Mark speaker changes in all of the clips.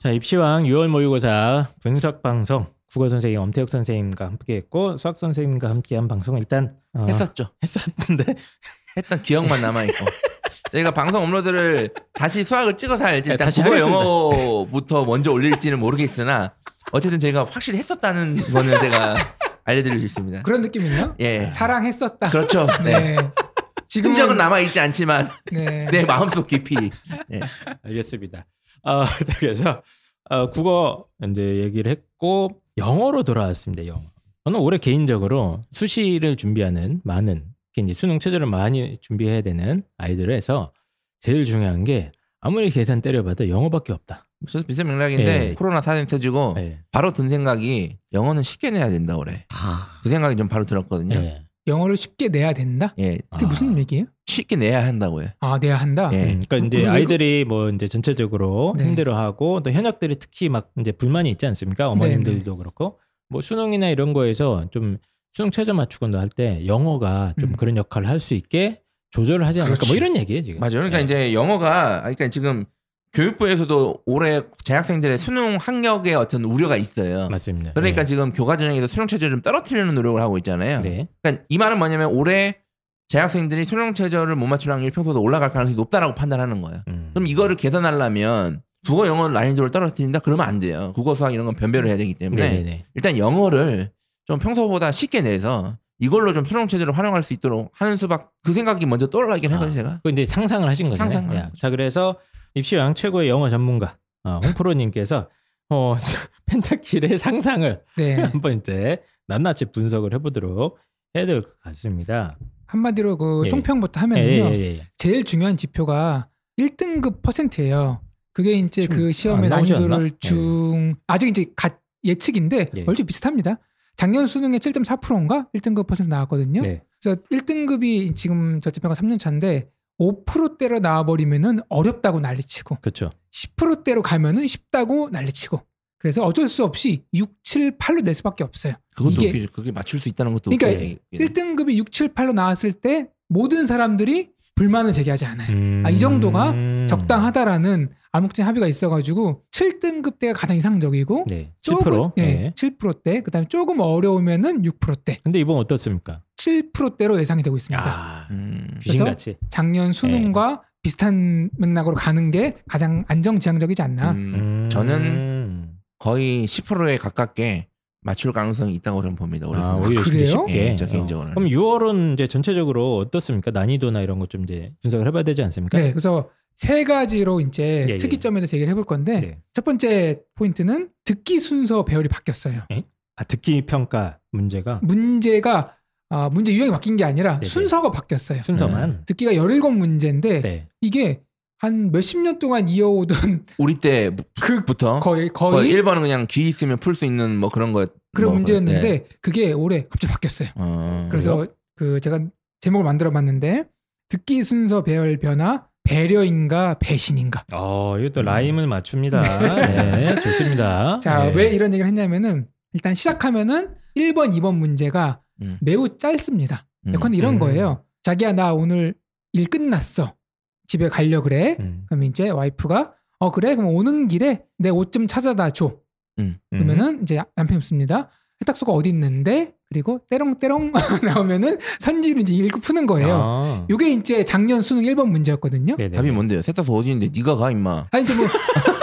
Speaker 1: 자 입시왕 6월 모의고사 분석 방송 국어 선생님 엄태혁 선생님과 함께했고 수학 선생님과 함께한 방송 일단 어,
Speaker 2: 했었죠.
Speaker 1: 했었는데
Speaker 2: 했던 기억만 남아 있고. 저희가 방송 업로드를 다시 수학을 찍어서 할지
Speaker 1: 네,
Speaker 2: 일단
Speaker 1: 다시
Speaker 2: 국어
Speaker 1: 하겠습니다.
Speaker 2: 영어부터 먼저 올릴지는 모르겠으나 어쨌든 저희가 확실히 했었다는 거는 제가 알려드릴 수 있습니다.
Speaker 3: 그런 느낌 있나?
Speaker 1: 네.
Speaker 2: 예,
Speaker 3: 사랑했었다.
Speaker 2: 그렇죠. 네.
Speaker 3: 네. 지금은
Speaker 2: 흔적은 남아 있지 않지만
Speaker 3: 네.
Speaker 2: 내 마음속 깊이 네.
Speaker 1: 알겠습니다. 어, 자, 그래서 어, 국어 이제 얘기를 했고 영어로 돌아왔습니다. 영어. 저는 올해 개인적으로 수시를 준비하는 많은 특히 이제 수능 최저를 많이 준비해야 되는 아이들에서 제일 중요한 게 아무리 계산 때려봐도 영어밖에 없다.
Speaker 2: 저도 비슷한 맥락인데
Speaker 1: 예.
Speaker 2: 코로나 사진 터지고
Speaker 1: 예.
Speaker 2: 바로 든 생각이 영어는 쉽게 내야 된다 올해. 그 생각이 좀 바로 들었거든요. 예.
Speaker 1: 예.
Speaker 3: 영어를 쉽게 내야 된다. 그게
Speaker 1: 아.
Speaker 3: 무슨 얘기예요?
Speaker 2: 쉽게 내야 한다고요.
Speaker 3: 아, 내야 한다.
Speaker 2: 예.
Speaker 1: 음, 그러니까 이제
Speaker 3: 그럼
Speaker 1: 아이들이 뭐 이제 전체적으로
Speaker 3: 네.
Speaker 1: 힘들어하고 또 현역들이 특히 막 이제 불만이 있지 않습니까?
Speaker 2: 네,
Speaker 1: 어머님들도 그렇고 뭐 수능이나 이런 거에서 좀 수능 최저 맞추거나 할 때 영어가 좀
Speaker 3: 음.
Speaker 1: 그런 역할을 할 수 있게 조절을 하지 않을까 뭐
Speaker 3: 그렇지.
Speaker 1: 이런 얘기예요 지금.
Speaker 2: 맞아요. 그러니까
Speaker 1: 예.
Speaker 2: 이제 영어가 그러니까 지금 교육부에서도 올해 재학생들의 수능 학력에 어떤 우려가 있어요.
Speaker 1: 맞습니다.
Speaker 2: 그러니까
Speaker 1: 예.
Speaker 2: 지금 교과 전형에서 수능 체제를 좀 떨어뜨리려는 노력을 하고 있잖아요.
Speaker 1: 네.
Speaker 2: 그러니까 이 말은 뭐냐면 올해 재학생들이 수능 체제를 못 맞출 확률이 평소보다 올라갈 가능성이 높다라고 판단하는 거예요.
Speaker 1: 음.
Speaker 2: 그럼 이거를 계산하려면 국어 영어 난이도를 떨어뜨린다 그러면 안 돼요. 국어 수학 이런 건 변별을 해야 되기 때문에
Speaker 1: 네네네.
Speaker 2: 일단 영어를 좀 평소보다 쉽게 내서 이걸로 좀 수능 체제를 활용할 수 있도록 하는 수밖 그 생각이 먼저 떠올라긴 했거든요 제가.
Speaker 1: 그 이제 상상을 하신 거잖아요.
Speaker 2: 상상을
Speaker 1: 예.
Speaker 2: 한 거죠.
Speaker 1: 자 그래서 입시왕 최고의 영어 전문가 어, 홍프로님께서 어, 펜타킬의 상상을
Speaker 3: 네.
Speaker 1: 한번 이제 낱낱이 분석을 해보도록 해야 될 것 같습니다.
Speaker 3: 한마디로 그
Speaker 1: 예.
Speaker 3: 총평부터 하면요. 제일 중요한 지표가 1등급 퍼센트예요. 그게 이제
Speaker 1: 지금
Speaker 3: 그 시험의
Speaker 1: 안 아, 나오지 않나?
Speaker 3: 난이도를 중 아직 이제 갓 예측인데
Speaker 1: 예.
Speaker 3: 얼추 비슷합니다. 작년 수능에 7.4%인가 1등급 퍼센트 나왔거든요.
Speaker 1: 네.
Speaker 3: 그래서 1등급이 지금 저지평가 3년 차인데 5%대로 나와버리면은 어렵다고 난리치고
Speaker 1: 그렇죠.
Speaker 3: 10%대로 가면은 쉽다고 난리치고 그래서 어쩔 수 없이 6, 7, 8로 낼 수밖에 없어요.
Speaker 2: 그것도
Speaker 3: 이게-
Speaker 2: 웃기죠. 그게 맞출 수 있다는 것도
Speaker 3: 그러니까
Speaker 2: 웃기죠.
Speaker 1: 예.
Speaker 2: 이게. 예.
Speaker 3: 1등급이 6, 7, 8로 나왔을 때 모든 사람들이 불만을 제기하지 않아요.
Speaker 1: 음.
Speaker 3: 아, 이 정도가 적당하다라는 암묵적인 합의가 있어가지고 7등급 대가 가장 이상적이고
Speaker 1: 네. 7%.
Speaker 3: 조금
Speaker 1: 예.
Speaker 3: 예, 7%대 그다음에 조금 어려우면은 6%대
Speaker 1: 근데 이번 어떻습니까?
Speaker 3: 7%대로 예상이 되고 있습니다.
Speaker 1: 아, 네.
Speaker 2: 음.
Speaker 1: 귀신같이.
Speaker 3: 작년 수능과 비슷한 맥락으로 가는 게 가장 안정지향적이지 않나.
Speaker 2: 음.
Speaker 1: 음.
Speaker 2: 저는 거의 10%에 가깝게 맞출 가능성이 있다고 저는 봅니다. 올해
Speaker 1: 아,
Speaker 2: 수능.
Speaker 1: 오히려
Speaker 3: 그래요?
Speaker 1: 쉽게. 어.
Speaker 2: 예, 저 개인적으로는.
Speaker 1: 그럼 6월은 이제 전체적으로 어떻습니까? 난이도나 이런 것 좀 이제 분석을 해봐야 되지 않습니까?
Speaker 3: 네, 그래서 세 가지로 이제
Speaker 1: 예, 예.
Speaker 3: 특이점에 대해서 얘기를 해볼 건데
Speaker 1: 네.
Speaker 3: 첫 번째 포인트는 듣기 순서 배열이 바뀌었어요.
Speaker 1: 아, 듣기 평가 문제가
Speaker 3: 문제가 아, 문제 유형이 바뀐 게 아니라
Speaker 1: 네, 네.
Speaker 3: 순서가 바뀌었어요.
Speaker 1: 순서만.
Speaker 3: 듣기가 17문제인데
Speaker 1: 네.
Speaker 3: 이게 한 몇십 년 동안 이어오던
Speaker 2: 우리
Speaker 1: 그
Speaker 2: 때부터
Speaker 3: 거의 거의,
Speaker 2: 어? 거의 1번은 그냥 귀 있으면 풀 수 있는 뭐 그런 거
Speaker 3: 그런
Speaker 2: 뭐
Speaker 3: 문제였는데
Speaker 2: 네.
Speaker 3: 그게 올해 갑자기 바뀌었어요.
Speaker 2: 어,
Speaker 3: 그래서 그 제가 제목을 만들어 봤는데 듣기 순서 배열 변화 배려인가 배신인가.
Speaker 1: 어,
Speaker 2: 음.
Speaker 1: 이것도 라임을 맞춥니다. 네. 좋습니다.
Speaker 3: 자,
Speaker 1: 네.
Speaker 3: 왜 이런 얘기를 했냐면은 일단 시작하면은 1번, 2번 문제가
Speaker 2: 음.
Speaker 3: 매우 짧습니다.
Speaker 2: 음.
Speaker 3: 예컨대 이런
Speaker 1: 음.
Speaker 3: 거예요. 자기야 나 오늘 일 끝났어. 집에 가려 그래.
Speaker 1: 음.
Speaker 3: 그럼 이제 와이프가 어 그래 그럼 오는 길에 내 옷 좀 찾아다 줘.
Speaker 2: 음.
Speaker 3: 그러면은 이제 남편이 묻습니다. 세탁소가 어디 있는데? 그리고 때롱때롱 나오면은 선지를 이제 읽고 푸는 거예요.
Speaker 1: 아. 뭐-
Speaker 3: 요게 이제 작년 수능 1번 문제였거든요.
Speaker 1: 네네.
Speaker 2: 답이 뭔데요? 세탁소 어디 있는데 네가 가 임마.
Speaker 3: 아니 이제 뭐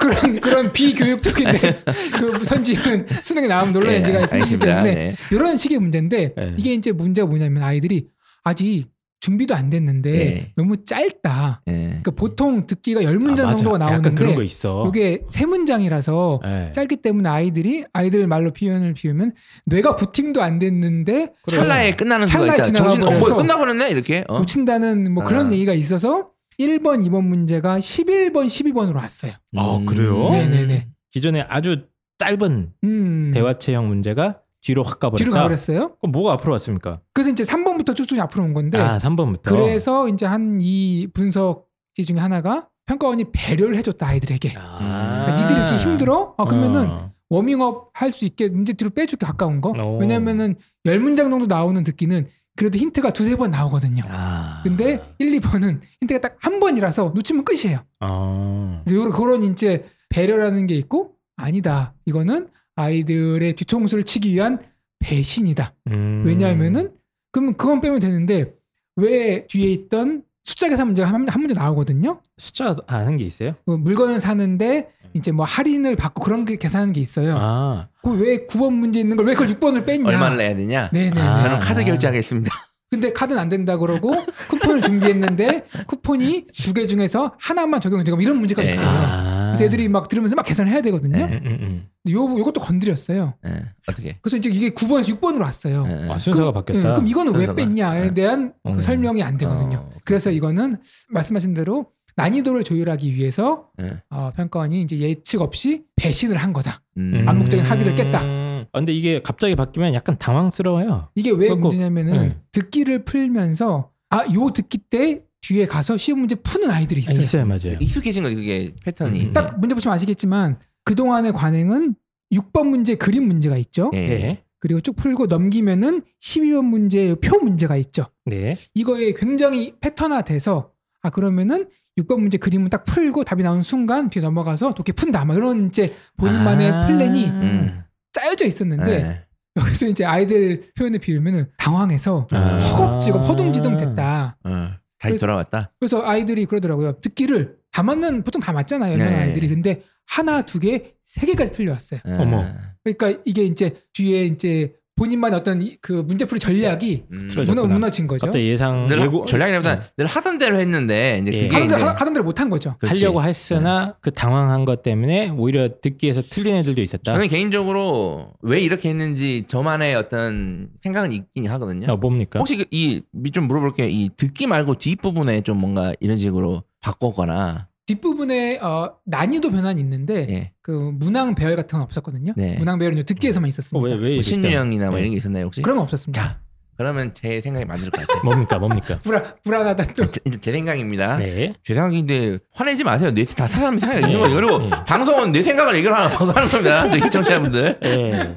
Speaker 3: 그런 그런 비교육적인데 그 선지는 수능에 나오면
Speaker 2: 예,
Speaker 3: 논란의 지가 있기
Speaker 2: 알겠습니다.
Speaker 3: 때문에
Speaker 2: 네.
Speaker 3: 이런 식의 문제인데
Speaker 1: 네.
Speaker 3: 예. 이게 이제 문제가 뭐냐면 아이들이 아직 준비도 안 됐는데
Speaker 2: 예.
Speaker 3: 너무 짧다.
Speaker 2: 예.
Speaker 3: 그러니까 보통 듣기가 10문장
Speaker 1: 네. 아, 맞아.
Speaker 3: 정도가
Speaker 1: 약간 그런 거
Speaker 3: 나오는데
Speaker 1: 있어.
Speaker 3: 이게 세문장이라서
Speaker 1: 네.
Speaker 3: 짧기 때문에 아이들이 아이들 말로 표현을 비우면 뇌가 부팅도 안 됐는데
Speaker 2: 찰나에 끝나는 수가
Speaker 3: 찰나에
Speaker 2: 있다. 정신 어, 뭐
Speaker 3: 지나가버려서-
Speaker 2: 끝나버렸네 이렇게. 어?
Speaker 3: 놓친다는 뭐 그런
Speaker 2: 아.
Speaker 3: 얘기가 있어서 1번, 2번 문제가 11번, 12번으로 왔어요.
Speaker 1: 아,
Speaker 2: 음.
Speaker 1: 그래요?
Speaker 3: 네, 네, 네.
Speaker 1: 기존에 아주 짧은
Speaker 3: 음.
Speaker 1: 대화체형 문제가 뒤로 확 가버렸다.
Speaker 3: 뒤로 가버렸어요.
Speaker 1: 그럼 뭐가 앞으로 왔습니까?
Speaker 3: 그래서 이제 3번부터 쭉쭉 앞으로 온 건데
Speaker 1: 아, 3번부터.
Speaker 3: 그래서 이제 한 이 분석지 중에 하나가 평가원이 배려를 해줬다 아이들에게.
Speaker 1: 아.
Speaker 3: 야, 니들이 이렇게 힘들어? 아, 그러면은
Speaker 1: 어.
Speaker 3: 워밍업 할 수 있게 문제 뒤로 빼줄게 가까운 거.
Speaker 1: 오.
Speaker 3: 왜냐면은 10문장 정도 나오는 듣기는 그래도 힌트가 두세 번 나오거든요.
Speaker 1: 아.
Speaker 3: 근데 1, 2번은 힌트가 딱 한 번이라서 놓치면 끝이에요.
Speaker 1: 어.
Speaker 3: 그래서 요런- 그런 이제 배려라는 게 있고 아니다. 이거는 아이들의 뒤통수를 치기 위한 배신이다.
Speaker 1: 음.
Speaker 3: 왜냐하면은 그럼 그건 빼면 되는데 왜 뒤에 있던 숫자 계산 문제가 한, 한 문제 나오거든요.
Speaker 1: 숫자 아는 게 있어요?
Speaker 3: 그 물건을 사는데
Speaker 1: 음.
Speaker 3: 이제 뭐 할인을 받고 그런 게 계산하는 게 있어요.
Speaker 1: 아,
Speaker 3: 그왜 9번 문제 있는 걸 왜 그걸 6번을 뺐냐?
Speaker 2: 네. 얼마를 내야 되냐?
Speaker 3: 네네.
Speaker 1: 아.
Speaker 2: 저는 카드 결제하겠습니다.
Speaker 3: 근데 카드는 안 된다 그러고 쿠폰을 준비했는데 쿠폰이 두 개 중에서 하나만 적용이 되고 이런 문제가
Speaker 2: 네.
Speaker 3: 있어요.
Speaker 1: 아.
Speaker 3: 그래서 애들이 막 들으면서 막 계산을 해야 되거든요.
Speaker 2: 네.
Speaker 1: 음, 음, 음.
Speaker 3: 근데 요 요것도 건드렸어요.
Speaker 2: 예, 어떻게?
Speaker 3: 그래서 이제 이게 9번에서 6번으로 왔어요.
Speaker 2: 예, 예.
Speaker 1: 아, 순서가
Speaker 3: 예,
Speaker 1: 바뀌었다.
Speaker 3: 그럼 이거는 왜
Speaker 2: 순서가.
Speaker 3: 뺐냐에
Speaker 2: 네.
Speaker 3: 대한 그
Speaker 1: 음.
Speaker 3: 설명이 안 되거든요.
Speaker 2: 어,
Speaker 3: 그래서 이거는 말씀하신 대로 난이도를 조율하기 위해서
Speaker 2: 예.
Speaker 3: 어, 평가원이 이제 예측 없이 배신을 한 거다.
Speaker 2: 음.
Speaker 3: 암묵적인 합의를 깼다.
Speaker 1: 음. 아, 근데 이게 갑자기 바뀌면 약간 당황스러워요.
Speaker 3: 이게 왜
Speaker 1: 그거-
Speaker 3: 문제냐면은
Speaker 1: 네.
Speaker 3: 듣기를 풀면서 아 요 듣기 때 뒤에 가서 시험 문제 푸는 아이들이
Speaker 1: 아,
Speaker 3: 있어요.
Speaker 1: 맞아요.
Speaker 2: 익숙해진 거지 그게 패턴이.
Speaker 1: 음.
Speaker 3: 딱 문제 보시면 아시겠지만 그 동안의 관행은 6번 문제 그림 문제가 있죠.
Speaker 2: 예. 예.
Speaker 1: 네.
Speaker 3: 그리고 쭉 풀고 넘기면은 12번 문제 표 문제가 있죠.
Speaker 1: 네.
Speaker 3: 이거에 굉장히 패턴화돼서 아 그러면은 6번 문제 그림은 딱 풀고 답이 나온 순간 뒤에 넘어가서 독해 푼다 막 이런 이제 본인만의
Speaker 1: 아.
Speaker 3: 플랜이
Speaker 2: 음. 예.
Speaker 3: 짜여져 있었는데
Speaker 2: 네.
Speaker 3: 여기서 이제 아이들 표현을 비우면은 당황해서
Speaker 1: 아.
Speaker 3: 허겁지겁 허둥지둥 됐다.
Speaker 2: 어, 다시
Speaker 3: 그래서-
Speaker 2: 돌아왔다.
Speaker 3: 그래서 아이들이 그러더라고요. 듣기를 다 맞는 보통 다 맞잖아요. 연령
Speaker 2: 네.
Speaker 3: 아이들이 근데 하나, 두 개, 세 개까지 틀려왔어요.
Speaker 2: 예.
Speaker 1: 어머.
Speaker 3: 그러니까 이게 이제 뒤에 이제 본인만의 어떤 이- 그 문제풀이 전략이
Speaker 2: 음.
Speaker 1: 틀어져.
Speaker 3: 무너,
Speaker 1: 네. 그렇구나.
Speaker 3: 무너진 거죠.
Speaker 1: 갑자기 예상
Speaker 2: 늘
Speaker 1: 예고
Speaker 2: 하- 전략이라보다 늘 하던 대로 했는데 이제
Speaker 1: 예.
Speaker 2: 그게
Speaker 3: 하던
Speaker 2: 이제
Speaker 3: 대로, 하던 대로 못한 거죠.
Speaker 2: 그렇지. 네.
Speaker 1: 하려고 했으나 그 당황한 것 때문에 오히려 듣기에서 틀린 애들도 있었다.
Speaker 2: 저는 개인적으로 왜 이렇게 했는지 저만의 어떤 생각은 있긴 하거든요.
Speaker 1: 어, 뭡니까?
Speaker 2: 혹시 그 이좀 물어볼게요. 이 듣기 말고 뒷 부분에 좀 뭔가 이런 식으로 바꿨거나
Speaker 3: 뒷부분에 어, 난이도 변환이 있는데
Speaker 2: 예.
Speaker 3: 그 문항 배열 같은 건 없었거든요.
Speaker 2: 네.
Speaker 3: 문항 배열은 이제 듣기에서만
Speaker 1: 어,
Speaker 3: 있었습니다.
Speaker 1: 왜, 왜
Speaker 2: 뭐
Speaker 1: 이랬다.
Speaker 2: 신유형이나 뭐
Speaker 1: 네.
Speaker 2: 이런 게 있었나요 혹시?
Speaker 3: 그런 건 없었습니다.
Speaker 2: 자 그러면 제 생각이 맞을 것 같아요.
Speaker 1: 뭡니까? 뭡니까?
Speaker 3: 불안 불안하다 또.
Speaker 2: 제, 제 생각입니다.
Speaker 1: 네.
Speaker 2: 제 생각인데 화내지 마세요. 내다 사람 생각 있는 거예요. 그리고
Speaker 1: 네.
Speaker 2: 방송은 내 생각을 얘기하는 방송하는 겁니다. 저희 청취자분들.
Speaker 1: 예.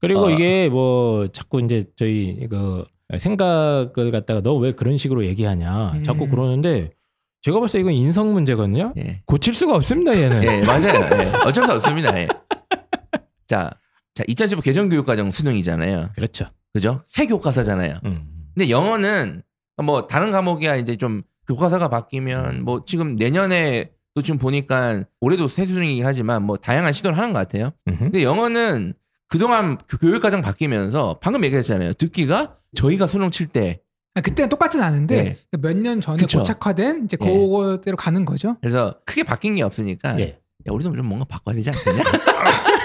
Speaker 1: 그리고
Speaker 2: 어.
Speaker 1: 이게 뭐 자꾸 이제 저희 그 생각을 갖다가 너 왜 그런 식으로 얘기하냐
Speaker 3: 음.
Speaker 1: 자꾸 그러는데 제가 봤을 때 이건 인성 문제거든요.
Speaker 2: 예,
Speaker 1: 고칠 수가 없습니다 얘는.
Speaker 2: 예 맞아요. 예. 어쩔 수 없습니다. 예. 자, 자 2015 개정교육과정 수능이잖아요.
Speaker 1: 그렇죠.
Speaker 2: 그죠? 새 교과서잖아요.
Speaker 1: 음.
Speaker 2: 근데 영어는 뭐 다른 과목이야 이제 좀 교과서가 바뀌면 뭐 지금 내년에 또 지금 보니까 올해도 새 수능이긴 하지만 뭐 다양한 시도를 하는 것 같아요.
Speaker 1: 음흠.
Speaker 2: 근데 영어는 그동안 교- 교육과정 바뀌면서 방금 얘기했잖아요. 듣기가 저희가 수능 칠 때
Speaker 3: 아, 그때는 똑같진 않은데 몇 년 전에
Speaker 2: 네. 그쵸.
Speaker 3: 고착화된 이제
Speaker 2: 예.
Speaker 3: 그거대로 가는 거죠.
Speaker 2: 그래서 크게 바뀐 게 없으니까
Speaker 1: 예.
Speaker 2: 야, 우리도 좀 뭔가 바꿔야 되지 않겠냐?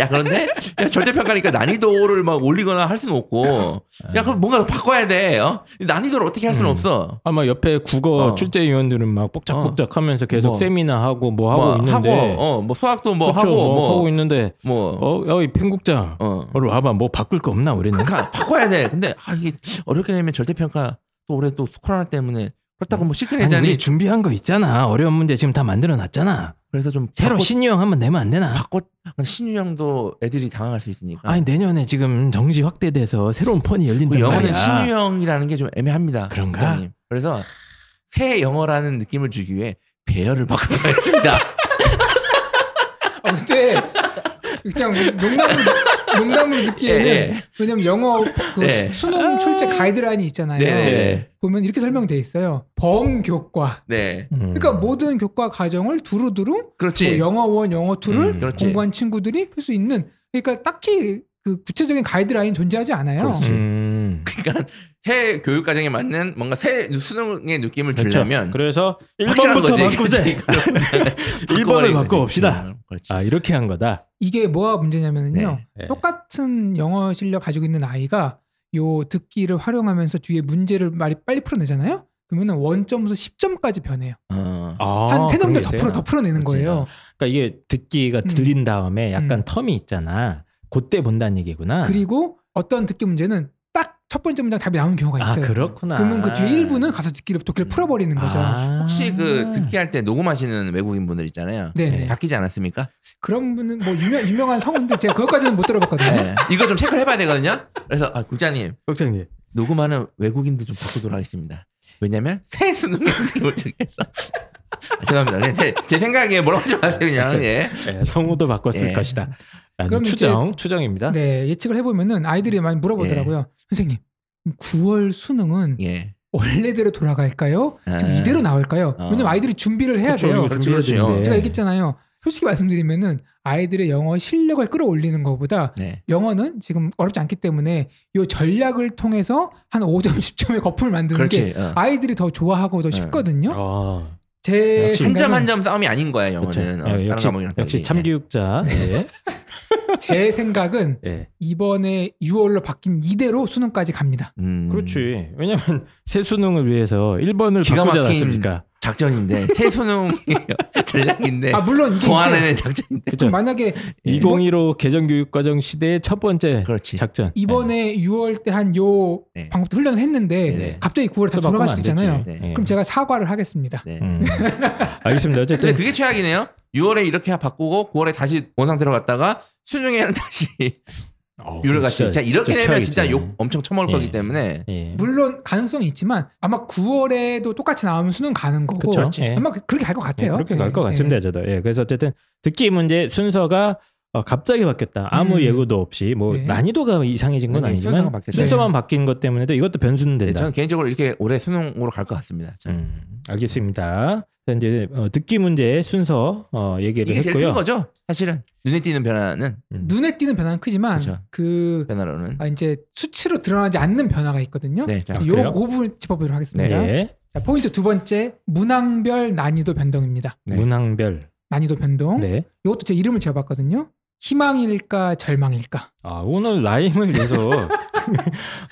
Speaker 2: 야, 그런데 야, 절대평가니까 난이도를 막 올리거나 할 수는 없고 야, 그럼 뭔가 바꿔야 돼. 어? 난이도를 어떻게 할 수는
Speaker 1: 예. 음.
Speaker 2: 없어.
Speaker 1: 아마 옆에 국어
Speaker 2: 어.
Speaker 1: 출제위원들은 막 뻑짝뻑짝하면서 계속
Speaker 2: 뭐.
Speaker 1: 세미나 하고 뭐 하고
Speaker 2: 뭐
Speaker 1: 있는데
Speaker 2: 하고, 어, 뭐 수학도 뭐
Speaker 1: 그렇죠.
Speaker 2: 하고
Speaker 1: 뭐,
Speaker 2: 뭐,
Speaker 1: 하고 있는데
Speaker 2: 뭐,
Speaker 1: 어이 편국장
Speaker 2: 어.
Speaker 1: 어. 와봐 뭐 바꿀 거 없나 우리는
Speaker 2: 그러니까 바꿔야 돼. 근데 아 이게 어렵게 되면 절대평가 또 올해 또 코로나 때문에 그렇다고 뭐 쉽게
Speaker 1: 아니,
Speaker 2: 내자니
Speaker 1: 우리 준비한 거 있잖아 어려운 문제 지금 다 만들어 놨잖아
Speaker 2: 그래서 좀
Speaker 1: 새로
Speaker 2: 바꿔- 아.
Speaker 1: 신유형 한번 내면 안 되나
Speaker 2: 바꿔 신유형도 애들이 당황할 수 있으니까.
Speaker 1: 아니 내년에 지금 정시 확대돼서 새로운 폰이 열린단
Speaker 2: 그 영어는
Speaker 1: 말이야
Speaker 2: 신유형이라는 게 좀 애매합니다.
Speaker 1: 네. 아. 그런가?
Speaker 2: 부장님. 그래서 새 영어라는 느낌을 주기 위해 배열을 바꿔봤습니다.
Speaker 3: 어, 그때 그냥 농담으로, 농담으로 듣기에는
Speaker 2: 예, 예.
Speaker 3: 왜냐면 영어 그
Speaker 2: 예.
Speaker 3: 수능 출제 가이드라인이 있잖아요.
Speaker 2: 네, 네,
Speaker 3: 보면 이렇게 설명돼 있어요. 범교과.
Speaker 2: 네.
Speaker 1: 음.
Speaker 3: 그러니까 모든 교과 과정을 두루두루 뭐
Speaker 2: 그렇지.
Speaker 3: 영어 원, 영어
Speaker 1: 음,
Speaker 3: 투를
Speaker 2: 그렇지.
Speaker 3: 공부한 친구들이 할 수 있는 그러니까 딱히 그 구체적인 가이드라인 존재하지 않아요.
Speaker 2: 그렇지.
Speaker 1: 음.
Speaker 2: 그러니까 새 교육 과정에 맞는 뭔가 새 수능의 느낌을
Speaker 1: 그렇죠.
Speaker 2: 주려면
Speaker 1: 그래서
Speaker 2: 확실한
Speaker 1: 1번부터
Speaker 2: 거지.
Speaker 1: 바꾸자
Speaker 2: 그렇지. 음,
Speaker 1: 일번을 바꿔봅시다
Speaker 2: 그렇지. 어.
Speaker 1: 아 이렇게 한 거다
Speaker 3: 이게 뭐가 문제냐면요.
Speaker 2: 네.
Speaker 1: 예.
Speaker 3: 똑같은 영어 실력 가지고 있는 아이가 요 듣기를 활용하면서 뒤에 문제를 말이 빨리 풀어내잖아요. 그러면은 원점에서 10점까지 변해요.
Speaker 2: 어.
Speaker 1: 아,
Speaker 3: 한 세
Speaker 1: 그런 게
Speaker 3: 넘들 더
Speaker 1: 있어요?
Speaker 3: 풀어 더 풀어내는
Speaker 2: 그렇지.
Speaker 3: 거예요.
Speaker 1: 그러니까 이게 듣기가
Speaker 3: 음.
Speaker 1: 들린 다음에 약간
Speaker 3: 음.
Speaker 1: 텀이 있잖아. 그때 본다는 얘기구나.
Speaker 3: 그리고 어떤 듣기 문제는 딱 첫 번째 문장 답이 나오는 경우가
Speaker 1: 아
Speaker 3: 있어요.
Speaker 1: 그렇구나.
Speaker 3: 그러면 그 뒤에 1부는 가서 듣기를 독기를
Speaker 2: 음.
Speaker 3: 풀어버리는 거죠.
Speaker 1: 아.
Speaker 2: 혹시 그 듣기 할 때 녹음하시는 외국인 분들 있잖아요.
Speaker 3: 네네.
Speaker 2: 바뀌지 않았습니까?
Speaker 3: 그런 분은 뭐 유명, 유명한 성우인데 제가 그것까지는 못 들어봤거든요.
Speaker 2: 네. 이거 좀 체크를 해봐야 되거든요. 그래서 아, 국장님
Speaker 1: 국장님.
Speaker 2: 녹음하는 외국인들 좀 바꾸도록 하겠습니다. 왜냐면 새 수능을 기본적에서 아, 죄송합니다. 네, 제, 제 생각에 뭐라고 하지 마세요 그냥. 예.
Speaker 1: 예, 성우도 바꿨을
Speaker 2: 예.
Speaker 1: 것이다. 라는
Speaker 3: 그럼 이제-
Speaker 1: 추정, 추정입니다.
Speaker 3: 네, 예측을 해보면은 아이들이 많이
Speaker 1: 예.
Speaker 3: 물어보더라고요. 선생님, 9월 수능은
Speaker 2: 예.
Speaker 3: 원래대로 돌아갈까요? 지금
Speaker 2: 아.
Speaker 3: 이대로 나올까요?
Speaker 2: 어.
Speaker 3: 왜냐면 아이들이 준비를 해야
Speaker 1: 그쵸,
Speaker 3: 돼요.
Speaker 1: 이거
Speaker 2: 그렇죠, 그렇죠.
Speaker 1: 준비해야 되는데.
Speaker 3: 제가 얘기했잖아요. 솔직히 말씀드리면은 아이들의 영어 실력을 끌어올리는 것보다
Speaker 2: 네.
Speaker 3: 영어는 지금 어렵지 않기 때문에 이 전략을 통해서 한 5점, 10점의 거품을 만드는 게
Speaker 2: 그렇지. 어.
Speaker 3: 아이들이 더 좋아하고 더 쉽거든요.
Speaker 1: 네. 어,
Speaker 3: 제
Speaker 1: 역시
Speaker 2: 한 점
Speaker 3: 생각은,
Speaker 2: 한 점 싸움이 아닌 거야
Speaker 1: 그렇죠.
Speaker 2: 영어는. 어,
Speaker 1: 예,
Speaker 2: 다른
Speaker 1: 역시,
Speaker 2: 과목이랑
Speaker 1: 역시
Speaker 2: 달리.
Speaker 1: 참교육자.
Speaker 3: 네.
Speaker 1: 예.
Speaker 3: 제 생각은
Speaker 1: 예.
Speaker 3: 이번에 6월로 바뀐 이대로 수능까지 갑니다.
Speaker 2: 음,
Speaker 1: 그렇지. 왜냐면 새 수능을 위해서 1번을
Speaker 2: 기가
Speaker 1: 바꾸지
Speaker 2: 막힌-
Speaker 1: 않았습니까?
Speaker 2: 작전인데 세수능 전략인데
Speaker 3: 아 물론 이게 이제
Speaker 2: 보완하는 작전인데.
Speaker 1: 네.
Speaker 2: 음,
Speaker 1: 그죠?
Speaker 3: 만약에
Speaker 1: 2015 개정교육과정 시대의 첫 번째
Speaker 2: 예. 그렇지.
Speaker 1: 작전. 네.
Speaker 3: 이번에 6월 때 한 요
Speaker 2: 네.
Speaker 3: 방법도 훈련을 했는데
Speaker 2: 네.
Speaker 3: 갑자기 9월에
Speaker 1: 또
Speaker 3: 다
Speaker 1: 예. 바꾸면
Speaker 3: 돌아갈
Speaker 1: 안
Speaker 3: 수도 있잖아요.
Speaker 1: 되지.
Speaker 2: 네.
Speaker 1: 예.
Speaker 3: 그럼 제가 사과를 하겠습니다.
Speaker 2: 네.
Speaker 1: 음. 알겠습니다.
Speaker 2: 근데
Speaker 1: 어쨌든
Speaker 2: 그게 최악이네요. 6월에 이렇게 바꾸고 9월에 다시 원상태로 갔다가 수능에는 다시
Speaker 1: 어우,
Speaker 2: 유를 그 같이.
Speaker 1: 진짜-
Speaker 2: 자 이렇게
Speaker 1: 진짜
Speaker 2: 되면 진짜
Speaker 1: 최악이죠.
Speaker 2: 욕 엄청 처먹을
Speaker 1: 예.
Speaker 2: 거기 때문에
Speaker 1: 예.
Speaker 3: 물론 가능성이 있지만 아마 9월에도 똑같이 나오면 수능 가는 거고
Speaker 1: 그쵸. 예.
Speaker 3: 아마 그- 그렇게 갈 것
Speaker 1: 예,
Speaker 3: 같아요.
Speaker 1: 그렇게
Speaker 3: 예,
Speaker 1: 갈 것
Speaker 3: 예.
Speaker 1: 같습니다. 저도. 예. 그래서 어쨌든 듣기 문제 순서가 어, 갑자기 바뀌었다. 아무
Speaker 3: 음.
Speaker 1: 예고도 없이 뭐
Speaker 3: 네.
Speaker 1: 난이도가 이상해진 건
Speaker 2: 아니,
Speaker 1: 아니지만
Speaker 2: 네, 순서가 바뀌었죠.
Speaker 1: 순서만 바뀐 것 때문에도 이것도 변수는
Speaker 2: 네,
Speaker 1: 된다.
Speaker 2: 저는 개인적으로 이렇게 올해 수능으로 갈 것 같습니다. 저는.
Speaker 1: 음, 알겠습니다. 그래서 이제 어, 듣기 문제 순서 어, 얘기를
Speaker 2: 이게 제일 큰
Speaker 1: 했고요.
Speaker 2: 거죠. 사실은 눈에 띄는 변화는
Speaker 1: 음.
Speaker 3: 눈에 띄는 변화는 크지만
Speaker 2: 그쵸.
Speaker 3: 그
Speaker 2: 변화로는
Speaker 3: 아, 이제 수치로 드러나지 않는 변화가 있거든요.
Speaker 2: 네, 자,
Speaker 1: 아,
Speaker 3: 요
Speaker 1: 그래요?
Speaker 3: 그 부분 짚어보도록 하겠습니다.
Speaker 1: 네.
Speaker 3: 자, 포인트 두 번째 문항별 난이도 변동입니다.
Speaker 2: 네.
Speaker 1: 문항별.
Speaker 3: 난이도 변동.
Speaker 1: 네.
Speaker 3: 이것도 제 이름을 지어봤거든요. 희망일까 절망일까.
Speaker 1: 아, 오늘 라임을 계속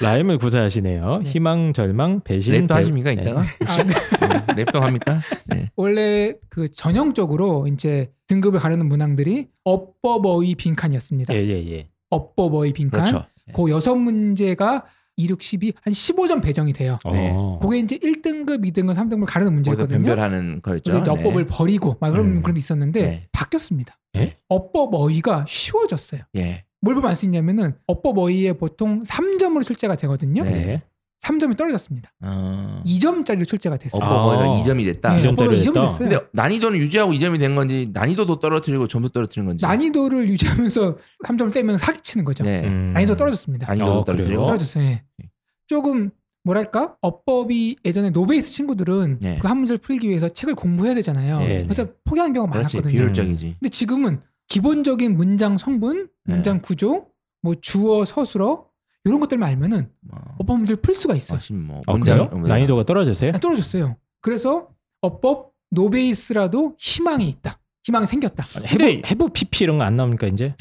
Speaker 1: 라임을 구사하시네요.
Speaker 3: 네.
Speaker 1: 희망, 절망, 배신.
Speaker 2: 랩도
Speaker 1: 배-
Speaker 2: 하십니까
Speaker 1: 네.
Speaker 2: 이따가
Speaker 3: 아, 네.
Speaker 2: 네, 랩도 합니까? 네.
Speaker 3: 원래 그 전형적으로 이제 등급을 가르는 문항들이 업버버의 빈칸이었습니다.
Speaker 1: 예, 예, 예.
Speaker 3: 업버버의 빈칸.
Speaker 2: 그렇죠.
Speaker 3: 그 여섯 문제가 2, 6, 12, 한 15점 배정이 돼요.
Speaker 2: 네.
Speaker 1: 어.
Speaker 3: 그게 이제 1등급, 2등급, 3등급을
Speaker 2: 거기서
Speaker 3: 가르는 문제거든요.
Speaker 2: 변별하는 거였죠.
Speaker 3: 그래서 이제 업법을 버리고 막 그런
Speaker 1: 음.
Speaker 3: 그런 게 있었는데
Speaker 2: 네.
Speaker 3: 바뀌었습니다.
Speaker 1: 예?
Speaker 3: 업버버의가 쉬워졌어요.
Speaker 2: 네. 예.
Speaker 3: 뭘 보면 알 수 있냐면은 업버버의에 보통 3점으로 출제가 되거든요.
Speaker 2: 네.
Speaker 1: 네.
Speaker 3: 3점이 떨어졌습니다.
Speaker 2: 어.
Speaker 3: 2점짜리로 출제가 됐어요.
Speaker 1: 아.
Speaker 2: 업보가 아. 2점이 됐다.
Speaker 1: 이 점. 2점짜리
Speaker 3: 2점
Speaker 1: 됐다.
Speaker 3: 됐어요.
Speaker 2: 근데 난이도는 유지하고 2점이 된 건지 난이도도 떨어뜨리고 전부 떨어뜨린 건지.
Speaker 3: 난이도를 유지하면서 3점을 떼면 사기치는 거죠.
Speaker 2: 네.
Speaker 1: 음.
Speaker 3: 난이도 떨어졌습니다.
Speaker 2: 난이도도
Speaker 1: 어,
Speaker 2: 떨어뜨리고.
Speaker 1: 그래요?
Speaker 3: 떨어졌어요. 예.
Speaker 2: 네.
Speaker 3: 조금 뭐랄까 어법이 예전에 노베이스 친구들은
Speaker 2: 네.
Speaker 3: 그 한 문제를 풀기 위해서 책을 공부해야 되잖아요.
Speaker 1: 네.
Speaker 3: 그래서 포기하는 경우가
Speaker 2: 그렇지.
Speaker 3: 많았거든요.
Speaker 2: 비효율적이지.
Speaker 3: 근데 지금은 기본적인 문장 성분,
Speaker 2: 네.
Speaker 3: 문장 구조, 뭐 주어, 서술어 이런 것들만 알면은
Speaker 2: 뭐.
Speaker 3: 어법 문제를 풀 수가 있어요.
Speaker 2: 훨씬 뭐
Speaker 1: 아,
Speaker 2: 문장-
Speaker 1: 그래요?
Speaker 2: 문장-
Speaker 1: 난이도가 떨어졌어요?
Speaker 3: 아, 떨어졌어요. 그래서 어법 노베이스라도 희망이 있다. 희망이 생겼다.
Speaker 1: 아니,
Speaker 3: 네.
Speaker 2: 근데-
Speaker 1: 해부 해부 PP 이런 거 안 나옵니까 이제?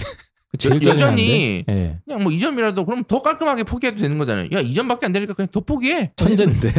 Speaker 1: 그 제일
Speaker 2: 여-
Speaker 1: 짜증나는데.
Speaker 2: 여전히
Speaker 1: 예.
Speaker 2: 그냥 뭐 2점이라도 그럼 더 깔끔하게 포기해도 되는 거잖아요. 야 2점밖에 안 되니까 그냥 더 포기해.
Speaker 1: 천재인데.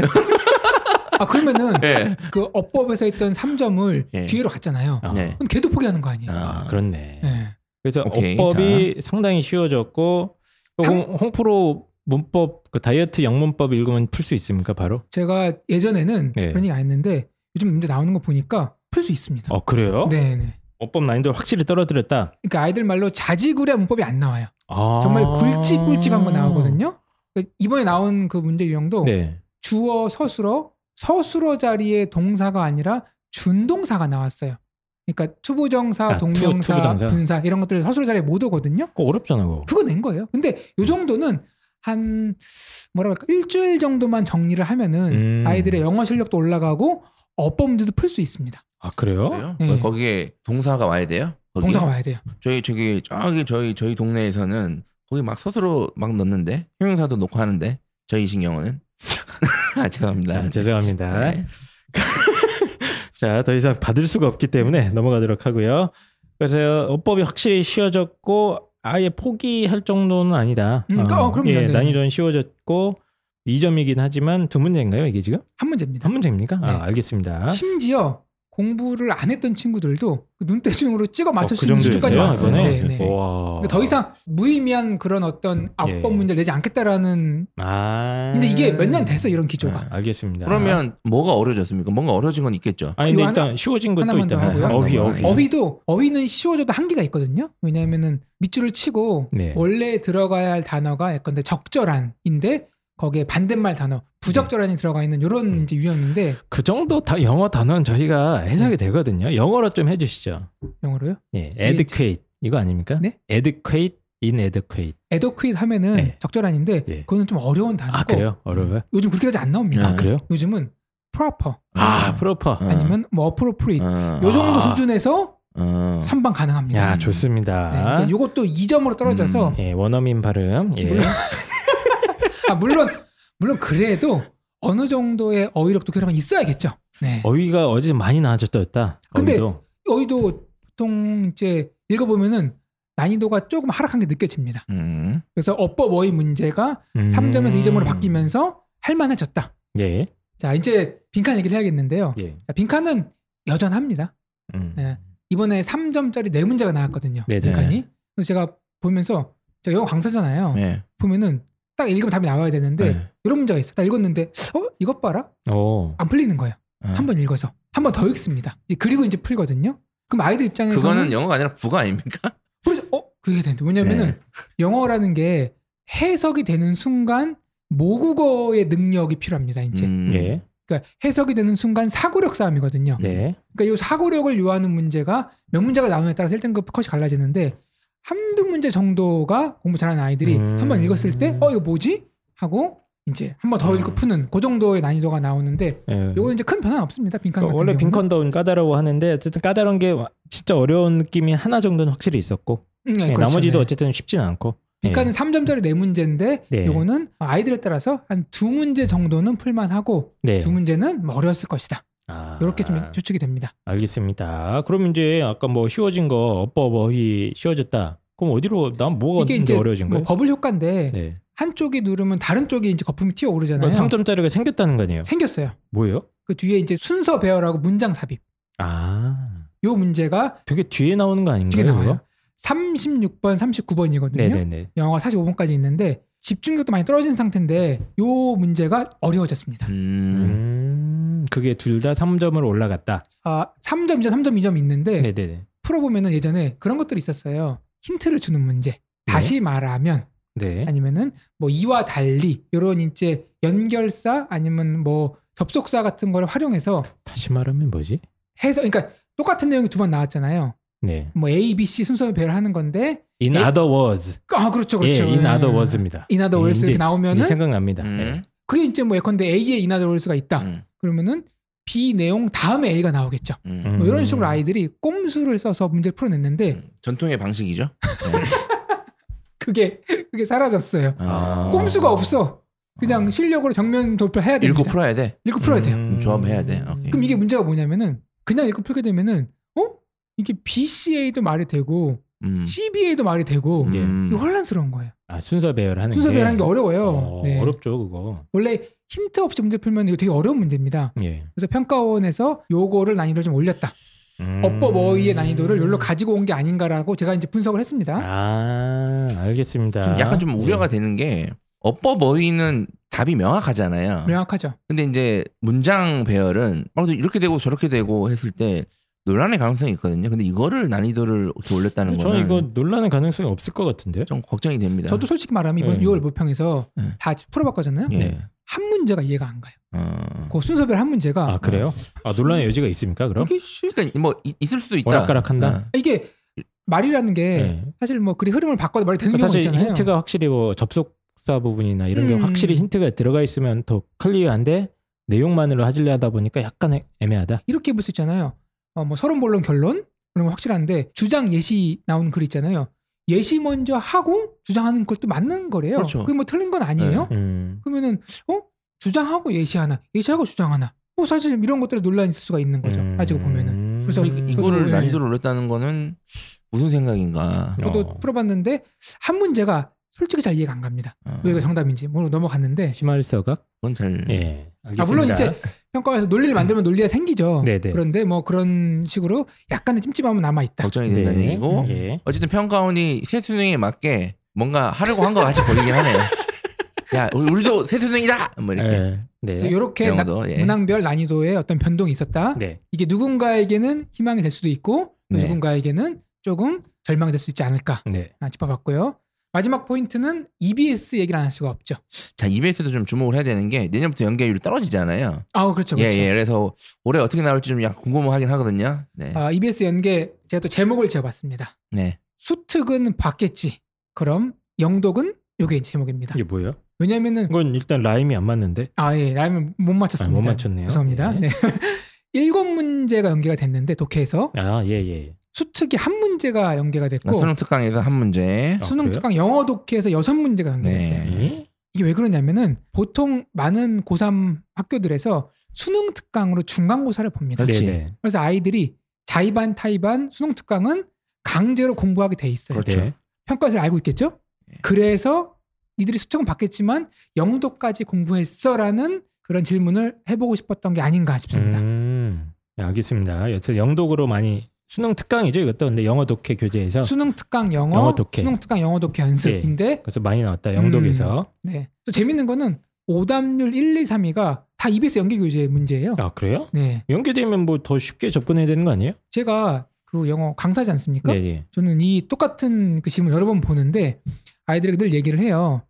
Speaker 3: 아 그러면은
Speaker 2: 예.
Speaker 3: 그 어법에서 했던 3점을
Speaker 2: 예.
Speaker 3: 뒤로 갔잖아요.
Speaker 1: 아,
Speaker 2: 네.
Speaker 3: 그럼 걔도 포기하는 거 아니에요?
Speaker 1: 아,
Speaker 2: 아,
Speaker 1: 그렇네.
Speaker 3: 예.
Speaker 1: 그래서
Speaker 2: 오케이,
Speaker 1: 어법이 상당히 쉬워졌고
Speaker 3: 상-
Speaker 1: 홍, 홍프로 문법 그 다이어트 영문법 읽으면 풀 수 있습니까 바로?
Speaker 3: 제가 예전에는
Speaker 1: 예.
Speaker 3: 그런 얘기 안 했는데 요즘 문제 나오는 거 보니까 풀 수 있습니다.
Speaker 1: 어 그래요?
Speaker 3: 네네.
Speaker 1: 어법 난이도 확실히 떨어뜨렸다.
Speaker 3: 그러니까 아이들 말로 자지구레 문법이 안 나와요.
Speaker 1: 아.
Speaker 3: 정말 굵직굵직한 거 나오거든요. 그러니까 이번에 나온 그 문제 유형도
Speaker 1: 네.
Speaker 3: 주어 서술어 서술어 자리에 동사가 아니라 준동사가 나왔어요. 그러니까 투부정사,
Speaker 1: 아, 투-
Speaker 3: 동명사,
Speaker 1: 투부정사.
Speaker 3: 분사 이런 것들 서술어 자리에 못 오거든요.
Speaker 1: 그거 어렵잖아 그거.
Speaker 3: 그거 낸 거예요. 근데
Speaker 1: 음.
Speaker 3: 요 정도는 한 뭐라 그럴까 일주일 정도만 정리를 하면은
Speaker 1: 음.
Speaker 3: 아이들의 영어 실력도 올라가고 어법 문제도 풀 수 있습니다.
Speaker 1: 아 그래요?
Speaker 2: 그래요? 뭐
Speaker 3: 네.
Speaker 2: 거- 거기에 동사가 와야 돼요? 거기?
Speaker 3: 동사가 와야 돼요.
Speaker 2: 저희 저기 저기 저희 저희 동네에서는 거기 막 스스로 막 넣는데 형용사도 놓고 하는데 저희 신경어는 아 죄송합니다.
Speaker 1: 아, 죄송합니다.
Speaker 2: 네.
Speaker 1: 자, 더 이상 받을 수가 없기 때문에 넘어가도록 하고요. 그래서 어법이 확실히 쉬워졌고 아예 포기할 정도는 아니다.
Speaker 3: 음, 그- 어, 그럼요.
Speaker 1: 예,
Speaker 3: 네.
Speaker 1: 난이도는 쉬워졌고 2점이긴 하지만 두 문제인가요, 이게 지금?
Speaker 3: 한 문제입니다.
Speaker 1: 한 문제입니까?
Speaker 3: 네.
Speaker 1: 아, 알겠습니다.
Speaker 3: 심지어 공부를 안 했던 친구들도 그 눈대중으로 찍어 맞출
Speaker 1: 어,
Speaker 3: 수 있는
Speaker 1: 그
Speaker 3: 수준까지
Speaker 1: 정도였어요,
Speaker 3: 왔어요.
Speaker 1: 이번에?
Speaker 3: 네, 네.
Speaker 1: 와.
Speaker 3: 그러니까 더 이상 무의미한 그런 어떤
Speaker 1: 예.
Speaker 3: 악법 문제 를 내지 않겠다라는.
Speaker 1: 아.
Speaker 3: 근데 이게 몇 년 됐어 이런 기조가.
Speaker 1: 음,
Speaker 2: 아,
Speaker 1: 알겠습니다.
Speaker 2: 그러면 뭐가 어려졌습니까? 뭔가 어려진 건 있겠죠.
Speaker 1: 아니 근데
Speaker 3: 이거 하나-
Speaker 1: 일단 쉬워진 것도
Speaker 3: 하나만 더
Speaker 1: 있다.
Speaker 3: 하고요. 네.
Speaker 1: 어휘 어휘.
Speaker 2: 하나만 더 하고요.
Speaker 3: 어휘도 어휘는 쉬워져도 한계가 있거든요. 왜냐하면은 밑줄을 치고
Speaker 1: 네.
Speaker 3: 원래 들어가야 할 단어가 예컨대 적절한인데 거기에 반대말 단어 부적절한이 들어가 있는 이런
Speaker 1: 음.
Speaker 3: 이제 유형인데
Speaker 1: 그 정도 다 영어 단어는 저희가 해석이
Speaker 3: 네.
Speaker 1: 되거든요. 영어로 좀 해주시죠.
Speaker 3: 영어로요?
Speaker 1: 예, adequate 이거 아닙니까?
Speaker 3: 네?
Speaker 1: adequate, inadequate.
Speaker 3: adequate 하면은
Speaker 1: 네.
Speaker 3: 적절한인데
Speaker 1: 예.
Speaker 3: 그거는 좀 어려운 단어고
Speaker 1: 아 그래요? 어려워요?
Speaker 3: 요즘 그렇게까지 안 나옵니다.
Speaker 1: 아
Speaker 2: 네.
Speaker 1: 그래요?
Speaker 3: 요즘은 proper
Speaker 1: 아 proper.
Speaker 2: 어.
Speaker 3: 아니면 뭐 appropriate
Speaker 2: 어.
Speaker 3: 요 정도
Speaker 1: 아.
Speaker 3: 수준에서
Speaker 2: 어.
Speaker 3: 선방 가능합니다.
Speaker 1: 야
Speaker 3: 네,
Speaker 1: 좋습니다.
Speaker 3: 그래서 요것도 2점으로 떨어져서
Speaker 2: 음.
Speaker 1: 예, 원어민 발음. 예.
Speaker 3: 물론- 아, 물론 물론 그래도 어느 정도의 어휘력도 결합은 있어야겠죠. 네.
Speaker 1: 어휘가 어제 많이 나아졌다.
Speaker 3: 근데-
Speaker 1: 어휘도.
Speaker 3: 어휘도 보통 이제 읽어보면은 난이도가 조금 하락한 게 느껴집니다.
Speaker 2: 음.
Speaker 3: 그래서 어법 어휘 문제가
Speaker 1: 음.
Speaker 3: 3점에서 2점으로 바뀌면서 할만해졌다.
Speaker 1: 예.
Speaker 3: 자 이제 빈칸 얘기를 해야겠는데요.
Speaker 1: 예.
Speaker 3: 자, 빈칸은 여전합니다.
Speaker 1: 음.
Speaker 3: 네. 이번에 3점짜리 네 문제가 나왔거든요.
Speaker 1: 네네.
Speaker 3: 빈칸이. 그래서 제가 보면서 제가 영어 강사잖아요.
Speaker 2: 네.
Speaker 3: 보면은 딱 읽으면 답이 나와야 되는데
Speaker 1: 예.
Speaker 2: 네.
Speaker 3: 이런 문제가 있어. 딱 읽었는데 어 이것 봐라
Speaker 1: 오.
Speaker 3: 안 풀리는 거예요.
Speaker 2: 어.
Speaker 3: 한 번 읽어서 한 번 더 읽습니다. 이제 그리고 이제 풀거든요. 그럼 아이들 입장에서는
Speaker 2: 그거는 영어가 아니라 국어 아닙니까?
Speaker 3: 그래서 어 그게 되는데 왜냐면은
Speaker 2: 네.
Speaker 3: 영어라는 게 해석이 되는 순간 모국어의 능력이 필요합니다. 이제
Speaker 2: 음.
Speaker 1: 예.
Speaker 3: 그러니까 해석이 되는 순간 사고력 싸움이거든요.
Speaker 1: 네.
Speaker 3: 그러니까 이 사고력을 요하는 문제가 몇 문제가 나오냐에 따라서 1등급 컷이 갈라지는데 한두 문제 정도가 공부 잘하는 아이들이
Speaker 1: 음.
Speaker 3: 한 번 읽었을 때 어 이거 뭐지 하고 이제 한 번 더
Speaker 1: 음.
Speaker 3: 읽고 푸는 그 정도의 난이도가 나오는데
Speaker 1: 예.
Speaker 3: 음. 요거는 이제 큰 변화는 없습니다. 빈칸 같은
Speaker 1: 그러니까 원래
Speaker 3: 경우는.
Speaker 1: 빈컨더운 까다로워 하는데 어쨌든 까다로운 게 와- 진짜 어려운 느낌이 하나 정도는 확실히 있었고
Speaker 3: 음, 네,
Speaker 1: 예,
Speaker 3: 그렇죠.
Speaker 1: 나머지도
Speaker 3: 네.
Speaker 1: 어쨌든 쉽진 않고 예.
Speaker 3: 빈칸은 3점짜리 네 문제인데
Speaker 1: 네.
Speaker 3: 요거는 아이들에 따라서 한 두 문제 정도는 풀만하고
Speaker 1: 예. 네.
Speaker 3: 두 문제는 뭐 어려웠을 것이다.
Speaker 1: 아,
Speaker 3: 이렇게 좀 추측이 됩니다.
Speaker 1: 알겠습니다. 그럼 이제 아까 뭐 쉬워진 거 어법 어휘 쉬워졌다. 그럼 어디로 난 뭐가
Speaker 3: 이게
Speaker 1: 이제
Speaker 3: 이제
Speaker 1: 어려워진
Speaker 3: 뭐
Speaker 1: 거예요?
Speaker 3: 버블 효과인데
Speaker 1: 네.
Speaker 3: 한쪽이 누르면 다른 쪽이 이제 거품이 튀어 오르잖아요.
Speaker 1: 3점짜리가 생겼다는 거 아니에요?
Speaker 3: 생겼어요.
Speaker 1: 뭐예요?
Speaker 3: 그 뒤에 이제 순서 배열하고 문장 삽입.
Speaker 1: 아.
Speaker 3: 요 문제가
Speaker 1: 되게 뒤에 나오는 거 아닌가요?
Speaker 3: 뒤에
Speaker 1: 그거?
Speaker 3: 나와요. 36번, 39번이거든요.
Speaker 1: 네, 네네네.
Speaker 3: 영어가 45번까지 있는데 집중력도 많이 떨어진 상태인데 요 문제가 어려워졌습니다.
Speaker 2: 음.
Speaker 1: 음. 그게 둘 다 3점으로 올라갔다.
Speaker 3: 아, 3점, 2점, 3점, 2점 있는데
Speaker 1: 네. 네네
Speaker 3: 풀어보면은 예전에 그런 것들이 있었어요. 힌트를 주는 문제. 다시 말하면
Speaker 1: 네.
Speaker 3: 아니면은 뭐 이와 달리 요런 이제 연결사 아니면 뭐 접속사 같은 걸 활용해서
Speaker 1: 다시 말하면 뭐지?
Speaker 3: 해서 그러니까 똑같은 내용이 두 번 나왔잖아요.
Speaker 1: 네.
Speaker 3: 뭐 A, B, C 순서로 배열하는 건데
Speaker 1: In
Speaker 3: 예?
Speaker 1: other words.
Speaker 3: 아 그렇죠 그렇죠. 아,
Speaker 1: 예, in other words입니다.
Speaker 3: 인하더
Speaker 1: 예,
Speaker 3: 월스
Speaker 1: 이제-
Speaker 3: 이렇게 나오면은
Speaker 1: 이제
Speaker 3: 네.
Speaker 1: 생각납니다. 네.
Speaker 2: 음.
Speaker 3: 그게 이제 뭐 예컨대 A에 인하더 월스가 있다.
Speaker 2: 음.
Speaker 3: 그러면은 B 내용 다음에 A가 나오겠죠.
Speaker 2: 음.
Speaker 1: 음.
Speaker 3: 뭐 이런 식으로 아이들이 꼼수를 써서 문제를 풀어냈는데
Speaker 2: 음. 전통의 방식이죠.
Speaker 3: 그게 그게 사라졌어요.
Speaker 2: 아.
Speaker 3: 꼼수가 없어. 그냥
Speaker 2: 아.
Speaker 3: 실력으로 정면 돌파해야 됩니다.
Speaker 2: 읽고 풀어야 돼.
Speaker 3: 읽고 풀어야 돼요.
Speaker 1: 음.
Speaker 2: 조합해야 돼. 오케이.
Speaker 3: 그럼 이게 문제가 뭐냐면은 그냥 읽고 풀게 되면은 어? 이게 BCA도 말이 되고
Speaker 2: 음.
Speaker 3: CBA도 말이 되고
Speaker 2: 예.
Speaker 1: 음.
Speaker 3: 이거 혼란스러운 거예요.
Speaker 1: 아, 순서 배열하는
Speaker 3: 순서 배열하는 게 어려워요.
Speaker 1: 어,
Speaker 3: 네.
Speaker 1: 어렵죠, 그거.
Speaker 3: 원래 힌트 없이 문제 풀면 이거 되게 어려운 문제입니다.
Speaker 1: 예.
Speaker 3: 그래서 평가원에서 요거를 난이도를 좀 올렸다.
Speaker 1: 음.
Speaker 3: 어법 어휘의 난이도를 요로 가지고 온 게 아닌가라고 제가 이제 분석을 했습니다.
Speaker 1: 아, 알겠습니다. 네.
Speaker 2: 좀 약간 좀 우려가 되는 게 어법 어휘는 답이 명확하잖아요.
Speaker 3: 명확하죠.
Speaker 2: 근데 이제 문장 배열은 막 이렇게 되고 저렇게 되고 했을 때 논란의 가능성이 있거든요. 근데 이거를 난이도를 이렇게 올렸다는
Speaker 1: 저는
Speaker 2: 거는
Speaker 1: 이거 논란의 가능성이 없을 것 같은데.
Speaker 2: 좀 걱정이 됩니다.
Speaker 3: 저도 솔직히 말하면 이번
Speaker 1: 네.
Speaker 3: 6월 모평에서
Speaker 2: 네.
Speaker 3: 다 풀어봤거든요.
Speaker 2: 예.
Speaker 3: 한 문제가 이해가 안 가요.
Speaker 2: 어.
Speaker 3: 그 순서별 한 문제가
Speaker 1: 아, 그래요? 아, 논란의 여지가 있습니까, 그럼?
Speaker 3: 네. 이게 쉬-
Speaker 2: 그러니까 뭐 이- 있을 수도 있다. 어.
Speaker 1: 오락가락한다?
Speaker 3: 이게 말이라는 게
Speaker 1: 네. 그러니까
Speaker 3: 사실 뭐 그리 흐름을 바꿔도 말이 되는 경우가
Speaker 1: 사실
Speaker 3: 있잖아요.
Speaker 1: 힌트가 확실히 뭐 접속사 부분이나 이런 게
Speaker 3: 음.
Speaker 1: 확실히 힌트가 들어가 있으면 더 클리어한데 내용만으로 하질려 하다 보니까 약간 애- 애매하다.
Speaker 3: 이렇게 볼 수 있잖아요. 어, 뭐 서론 본론 결론 그런 건 확실한데 주장 예시 나오는 글 있잖아요. 예시 먼저 하고 주장하는 것도 맞는 거래요.
Speaker 2: 그렇죠.
Speaker 3: 게뭐 틀린 건 아니에요.
Speaker 1: 음.
Speaker 3: 그러면은 어 주장하고 예시 하나, 예시하고 주장 하나. 뭐 사실 이런 것들에 논란이 있을 수가 있는 거죠.
Speaker 1: 음.
Speaker 3: 따지고 보면은. 그래서
Speaker 2: 뭐 이- 이거를
Speaker 3: 저도, 예.
Speaker 2: 난이도를 올렸다는 거는 무슨 생각인가.
Speaker 1: 어.
Speaker 3: 저도 풀어봤는데 한 문제가 솔직히 잘 이해가 안 갑니다.
Speaker 2: 어.
Speaker 1: 음.
Speaker 3: 왜 이거 정답인지 모르고 넘어갔는데
Speaker 1: 시말서각.
Speaker 2: 그건 잘.
Speaker 1: 예. 알겠습니다. 음.
Speaker 3: 아, 물론 이제 평가에서 논리를 만들면 논리가 생기죠.
Speaker 1: 네네.
Speaker 3: 그런데 뭐 그런 식으로 약간의 찜찜함은 남아 있다.
Speaker 2: 걱정이 된다는
Speaker 1: 네.
Speaker 2: 얘기고
Speaker 1: 예.
Speaker 2: 어쨌든 평가원이 새 수능에 맞게 뭔가 하려고 한 것 같이 보이긴 하네요. 야, 우리- 우리도 새 수능이다. 뭐 이렇게.
Speaker 1: 예. 네.
Speaker 3: 그래서 이렇게
Speaker 2: 영어도 예.
Speaker 3: 문항별 난이도에 어떤 변동이 있었다.
Speaker 1: 네.
Speaker 3: 이게 누군가에게는 희망이 될 수도 있고 또
Speaker 2: 네.
Speaker 3: 누군가에게는 조금 절망이 될 수 있지 않을까
Speaker 1: 네.
Speaker 3: 아, 짚어봤고요. 마지막 포인트는 EBS 얘기를 안 할 수가 없죠.
Speaker 2: 자, EBS도 좀 주목을 해야 되는 게 내년부터 연계율이 떨어지잖아요.
Speaker 3: 아 그렇죠,
Speaker 2: 예,
Speaker 3: 그렇죠.
Speaker 2: 예. 그래서 올해 어떻게 나올지 좀 약간 궁금하긴 하거든요. 네.
Speaker 3: 아, EBS 연계 제가 또 제목을 지어봤습니다.
Speaker 2: 네.
Speaker 3: 수특은 봤겠지. 그럼 영독은 요게 이제 제목입니다.
Speaker 1: 이게 뭐예요?
Speaker 3: 왜냐면은
Speaker 1: 이건 일단 라임이 안 맞는데.
Speaker 3: 아예 라임을 못 맞췄습니다.
Speaker 1: 아, 못 맞췄네요.
Speaker 3: 죄송합니다.
Speaker 1: 예.
Speaker 3: 네. 일곱 문제가 연계가 됐는데 독해에서
Speaker 1: 아, 예, 예.
Speaker 3: 수특이 한 문제가 연계가
Speaker 2: 나
Speaker 3: 됐고
Speaker 2: 아, 그러니까 수능 특강에서 한 문제.
Speaker 1: 아,
Speaker 3: 수능
Speaker 1: 그래요?
Speaker 3: 특강 영어 독해에서 여섯 문제가 연계됐어요.
Speaker 2: 네.
Speaker 1: 예?
Speaker 3: 이게 왜 그러냐면은 보통 많은 고3 학교들에서 수능 특강으로 중간고사를 봅니다.
Speaker 2: 그렇지.
Speaker 1: 네, 네.
Speaker 3: 그래서 아이들이 자의반 타의반 수능 특강은 강제로 공부하게 돼 있어요.
Speaker 2: 그렇죠.
Speaker 1: 네.
Speaker 3: 평가에서 알고 있겠죠? 그래서 니들이 수특은 받겠지만 영도까지 공부했어라는 그런 질문을 해보고 싶었던 게 아닌가 싶습니다.
Speaker 1: 음, 네, 알겠습니다. 여튼 영독으로 많이 수능 특강이죠 이것도 근데 영어 독해 교재에서
Speaker 3: 수능 특강 영어,
Speaker 1: 영어 독해. 예.
Speaker 3: 수능 특강 영어 독해 연습인데
Speaker 1: 그래서 많이 나왔다 영독에서.
Speaker 3: 네. 또 재밌는 거는 오답률 1, 2, 3위가 다 EBS 연계 교재 문제예요.
Speaker 1: 아 그래요?
Speaker 3: 네.
Speaker 1: 연계되면 뭐 더 쉽게 접근해야 되는 거 아니에요?
Speaker 3: 제가 그 영어 강사지 않습니까?
Speaker 1: 네, 네.
Speaker 3: 저는 이 똑같은 그 질문 여러 번 보는데 아이들에게 늘 얘기를 해요.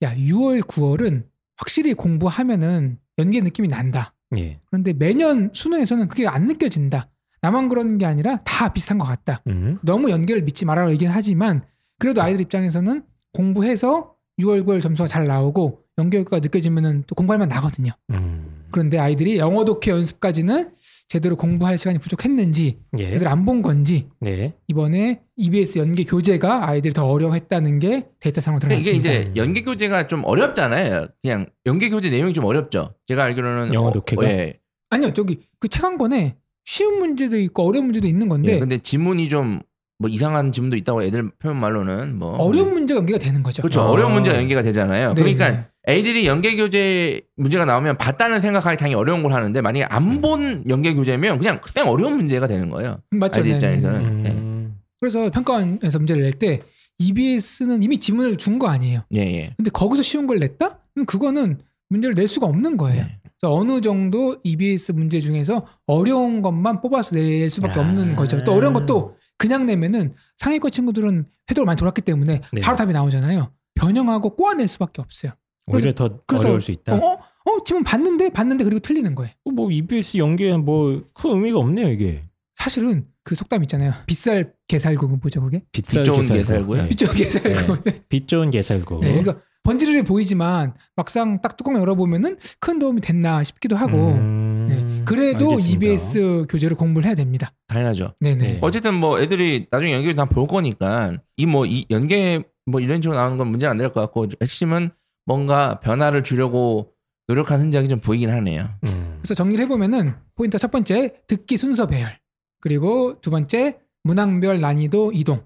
Speaker 3: 야, 6월, 9월은 확실히 공부하면은 연계 느낌이 난다.
Speaker 1: 예.
Speaker 3: 그런데 매년 수능에서는 그게 안 느껴진다. 나만 그러는 게 아니라 다 비슷한 것 같다.
Speaker 1: 음.
Speaker 3: 너무 연계를 믿지 말아라 얘기는 하지만 그래도 아이들 입장에서는 공부해서 6월, 9월 점수가 잘 나오고 연계 효과가 느껴지면은 또 공부할 만 나거든요.
Speaker 1: 음.
Speaker 3: 그런데 아이들이 영어 독해 연습까지는 제대로 공부할 시간이 부족했는지
Speaker 1: 예.
Speaker 3: 제대로 안 본 건지
Speaker 1: 네.
Speaker 3: 이번에 EBS 연계 교재가 아이들이 더 어려워했다는 게 데이터상으로
Speaker 2: 근데
Speaker 3: 드러났습니다.
Speaker 2: 이게 이제 연계 교재가 좀 어렵잖아요. 그냥 연계 교재 내용이 좀 어렵죠. 제가 알기로는
Speaker 1: 영어
Speaker 2: 어,
Speaker 1: 독해가?
Speaker 2: 예.
Speaker 3: 아니요 저기 그 책 한 권에 쉬운 문제도 있고 어려운 문제도 있는
Speaker 2: 예.
Speaker 3: 건데
Speaker 2: 근데 지문이 좀 뭐 이상한 지문도 있다고 애들 표현 말로는 뭐
Speaker 3: 어려운 문제가 연계가 되는 거죠.
Speaker 2: 그렇죠.
Speaker 1: 아.
Speaker 2: 어려운 문제가 연계가 되잖아요.
Speaker 3: 네,
Speaker 2: 그러니까
Speaker 3: 네.
Speaker 2: 애들이 연계 교재 문제가 나오면 봤다는 생각하기 당연히 어려운 걸 하는데 만약에
Speaker 3: 음.
Speaker 2: 안 본 연계 교재면 그냥 쌩 어려운 문제가 되는 거예요.
Speaker 3: 맞죠.
Speaker 2: 아이들
Speaker 3: 네, 네,
Speaker 2: 입장에서는.
Speaker 3: 네.
Speaker 1: 음.
Speaker 3: 그래서 평가원에서 문제를 낼 때 EBS는 이미 지문을 준 거 아니에요.
Speaker 2: 예, 예.
Speaker 3: 근데 거기서 쉬운 걸 냈다? 그럼 그거는 문제를 낼 수가 없는 거예요.
Speaker 2: 네.
Speaker 3: 그래서 어느 정도 EBS 문제 중에서 어려운 것만 뽑아서 낼 수밖에
Speaker 1: 아.
Speaker 3: 없는 거죠. 또 어려운 것도 그냥 내면은 상위권 친구들은 회도를 많이 돌았기 때문에
Speaker 1: 네.
Speaker 3: 바로 답이 나오잖아요. 변형하고 꼬아낼 수밖에 없어요.
Speaker 1: 오히려 더
Speaker 3: 그래서-
Speaker 1: 어려울 수 있다.
Speaker 3: 어, 어, 어, 지금 봤는데 봤는데 그리고 틀리는 거예요.
Speaker 1: 뭐 EBS 연계 뭐큰 의미가 없네요 이게.
Speaker 3: 사실은 그 속담 있잖아요. 빗살 개살구는 뭐죠 그게?
Speaker 1: 빗살
Speaker 2: 빗 좋은
Speaker 1: 개살구.
Speaker 2: 개살구요?
Speaker 1: 네.
Speaker 3: 빗쪽 개살구. 네.
Speaker 1: 빗 좋은 개살구.
Speaker 3: 네, 그러니까 번지르르 보이지만 막상 딱 뚜껑 열어보면은 큰 도움이 됐나 싶기도 하고.
Speaker 1: 음,
Speaker 3: 네. 그래도
Speaker 1: 알겠습니다.
Speaker 3: EBS 교재를 공부를 해야 됩니다.
Speaker 2: 당연하죠.
Speaker 3: 네네.
Speaker 1: 네.
Speaker 2: 어쨌든 뭐 애들이 나중에 연계 다 볼 거니까 이 뭐 이 연계 뭐 이런 식으로 나오는 건 문제는 안 될 것 같고 핵심은 뭔가 변화를 주려고 노력한 흔적이 좀 보이긴 하네요.
Speaker 1: 음.
Speaker 3: 그래서 정리를 해보면은 포인트 첫 번째 듣기 순서 배열 그리고 두 번째 문항별 난이도 이동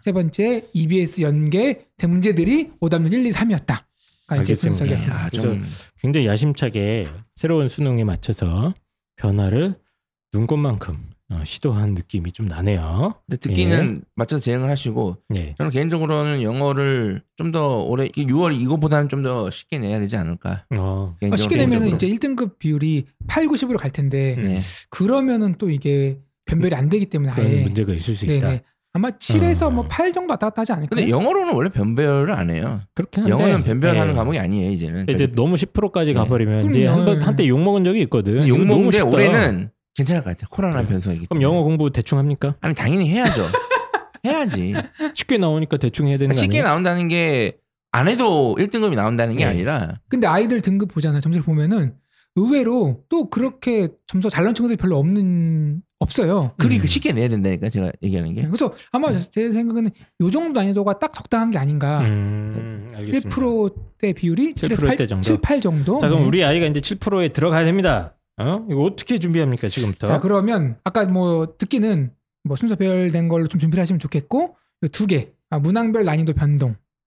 Speaker 3: 세 번째 EBS 연계 대문제들이 오답률 1, 2, 3이었다. 가 이제
Speaker 1: 알겠습니다.
Speaker 3: 분석이었습니다.
Speaker 2: 아, 좀
Speaker 1: 굉장히 야심차게 새로운 수능에 맞춰서 변화를 눈꽃만큼 어, 시도한 느낌이 좀 나네요.
Speaker 2: 근데 듣기는
Speaker 3: 예.
Speaker 2: 맞춰서 진행을 하시고
Speaker 1: 네.
Speaker 2: 저는 개인적으로는 영어를 좀 더 올해 6월 이거보다는 좀 더 쉽게 내야 되지 않을까.
Speaker 1: 어,
Speaker 3: 어,
Speaker 2: 개인적으로.
Speaker 3: 쉽게
Speaker 2: 개인적으로.
Speaker 3: 내면은 이제 1등급 비율이 8, 90으로 갈 텐데
Speaker 1: 음.
Speaker 2: 네.
Speaker 3: 그러면은 또 이게 변별이 안 되기 때문에
Speaker 1: 그런
Speaker 3: 아예
Speaker 1: 문제가 있을 수 있다.
Speaker 3: 네. 네네. 아마 7에서
Speaker 1: 음.
Speaker 3: 뭐 8 정도 왔다 갔다 하지 않을까요?
Speaker 2: 근데 영어로는 원래 변별을 안 해요.
Speaker 1: 그렇긴 한데
Speaker 2: 영어는 변별하는
Speaker 1: 네.
Speaker 2: 과목이 아니에요 이제는.
Speaker 1: 이제 너무 10%까지
Speaker 2: 네.
Speaker 1: 가버리면 이제
Speaker 3: 그럼요.
Speaker 1: 한번 한때 욕 먹은 적이 있거든.
Speaker 2: 욕
Speaker 1: 이거 너무
Speaker 2: 먹는데
Speaker 1: 쉽다.
Speaker 2: 올해는 괜찮을 것 같아요. 코로나
Speaker 1: 그래.
Speaker 2: 변수이기
Speaker 1: 그럼 영어 공부 대충 합니까?
Speaker 2: 아니 당연히 해야죠. 해야지. 그러니까
Speaker 1: 쉽게 나오니까 대충 해야 되는 거
Speaker 2: 쉽게
Speaker 1: 아니에요?
Speaker 2: 나온다는 게 안 해도 1등급이 나온다는 게
Speaker 1: 네.
Speaker 2: 아니라
Speaker 3: 근데 아이들 등급 보잖아요. 점수를 보면은 의외로 또 그렇게 점수 잘 나온 친구들이 별로 없는 없어요.
Speaker 2: 그리
Speaker 1: 음.
Speaker 2: 쉽게 내야 된다니까 제가 얘기하는 게.
Speaker 3: 예, 그래서 아마 제 생각에는 요 정도 난이도가 딱 적당한 게 아닌가.
Speaker 1: 네. 음, 알겠습니다.
Speaker 3: 1%대 비율이 7,
Speaker 1: 7%대
Speaker 3: 8,
Speaker 1: 정도?
Speaker 3: 7, 8 정도.
Speaker 1: 자 그럼
Speaker 3: 네.
Speaker 1: 우리 아이가 이제 7%에 들어가야 됩니다. 어? 이거 어떻게 준비합니까 지금부터?
Speaker 3: 자 그러면 아까 뭐 듣기는 뭐 순서 배열된 걸로 좀 준비를 하시면 좋겠고 두개 아, 문항별 난이도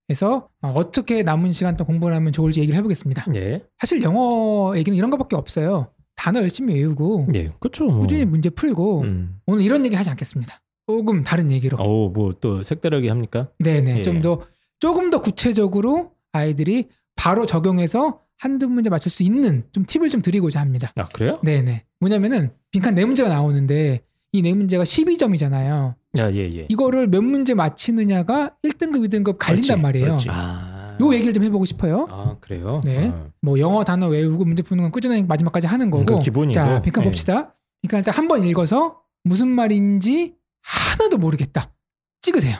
Speaker 3: 변동에서 아, 어떻게 남은 시간 동안 공부를 하면 좋을지 얘기를 해보겠습니다.
Speaker 1: 예,
Speaker 3: 사실 영어 얘기는 이런 것밖에 없어요. 단어 열심히 외우고
Speaker 1: 예, 그렇죠. 뭐.
Speaker 3: 꾸준히 문제 풀고
Speaker 1: 음.
Speaker 3: 오늘 이런 얘기 하지 않겠습니다. 조금 다른 얘기로.
Speaker 1: 어우 뭐또 색다르게 합니까?
Speaker 3: 네네.
Speaker 1: 예.
Speaker 3: 좀 더 조금 더 구체적으로 아이들이 바로 적용해서 한두 문제 맞출 수 있는 좀 팁을 좀 드리고자 합니다.
Speaker 1: 아 그래요?
Speaker 3: 네네. 뭐냐면은 빈칸 네 문제가 나오는데 이 네 문제가 12점이잖아요.
Speaker 1: 야, 예, 예.
Speaker 3: 이거를 몇 문제 맞히느냐가 1등급, 2등급 갈린단
Speaker 2: 그렇지,
Speaker 3: 말이에요.
Speaker 2: 그렇지.
Speaker 1: 아.
Speaker 3: 요 얘기를 좀 해보고 싶어요.
Speaker 1: 아, 그래요?
Speaker 3: 네.
Speaker 1: 어.
Speaker 3: 뭐 영어 단어 외우고 문제 푸는 건 꾸준히 마지막까지 하는 거고.
Speaker 1: 그건 기본이고.
Speaker 3: 자, 빈칸
Speaker 1: 네.
Speaker 3: 봅시다. 빈칸 일단 한 번 읽어서 무슨 말인지 하나도 모르겠다. 찍으세요.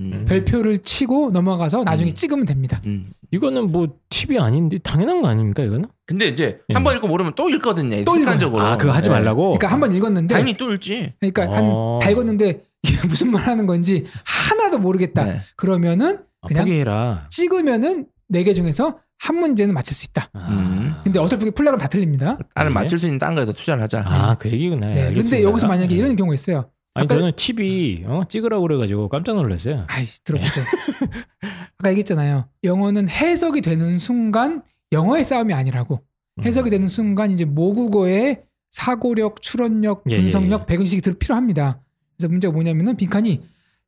Speaker 2: 음.
Speaker 3: 별표를 치고 넘어가서 나중에
Speaker 2: 음.
Speaker 3: 찍으면 됩니다.
Speaker 2: 음.
Speaker 1: 이거는 뭐 팁이 아닌데 당연한 거 아닙니까 이거는?
Speaker 2: 근데 이제
Speaker 1: 예.
Speaker 2: 한 번 읽고 모르면 또 읽거든요.
Speaker 3: 또 읽어요.
Speaker 2: 습관적으로.
Speaker 1: 아 그거 하지
Speaker 2: 예.
Speaker 1: 말라고.
Speaker 3: 그러니까 한 번 읽었는데,
Speaker 2: 당연히 또 읽지.
Speaker 3: 그러니까
Speaker 1: 어.
Speaker 3: 한 다 읽었는데 이게 무슨 말 하는 건지 하나도 모르겠다.
Speaker 2: 네.
Speaker 3: 그러면은
Speaker 1: 아,
Speaker 3: 그냥-
Speaker 1: 포기해라.
Speaker 3: 찍으면은 네 개 중에서 한 문제는 맞출 수 있다.
Speaker 1: 아.
Speaker 2: 음.
Speaker 3: 근데 어설프게 풀려면 다 틀립니다.
Speaker 2: 나를
Speaker 1: 예.
Speaker 2: 맞출 수 있는 딴 거에다 투자를 하자.
Speaker 1: 아, 그 얘기구나. 예,
Speaker 3: 네.
Speaker 1: 알겠습니다.
Speaker 3: 근데 여기서 만약에 이런 경우가 있어요.
Speaker 1: 아니
Speaker 3: 아까-
Speaker 1: 저는 팁이 어? 찍으라고 그래가지고 깜짝 놀랐어요.
Speaker 3: 아이씨, 들어보세요.
Speaker 1: 네.
Speaker 3: 아까 얘기했잖아요. 영어는 해석이 되는 순간 영어의 싸움이 아니라고.
Speaker 1: 음.
Speaker 3: 해석이 되는 순간 이제 모국어의 사고력, 추론력,
Speaker 1: 예, 예,
Speaker 3: 분석력,
Speaker 1: 예.
Speaker 3: 배경식이 들 필요합니다. 그래서 문제가 뭐냐면은 빈칸이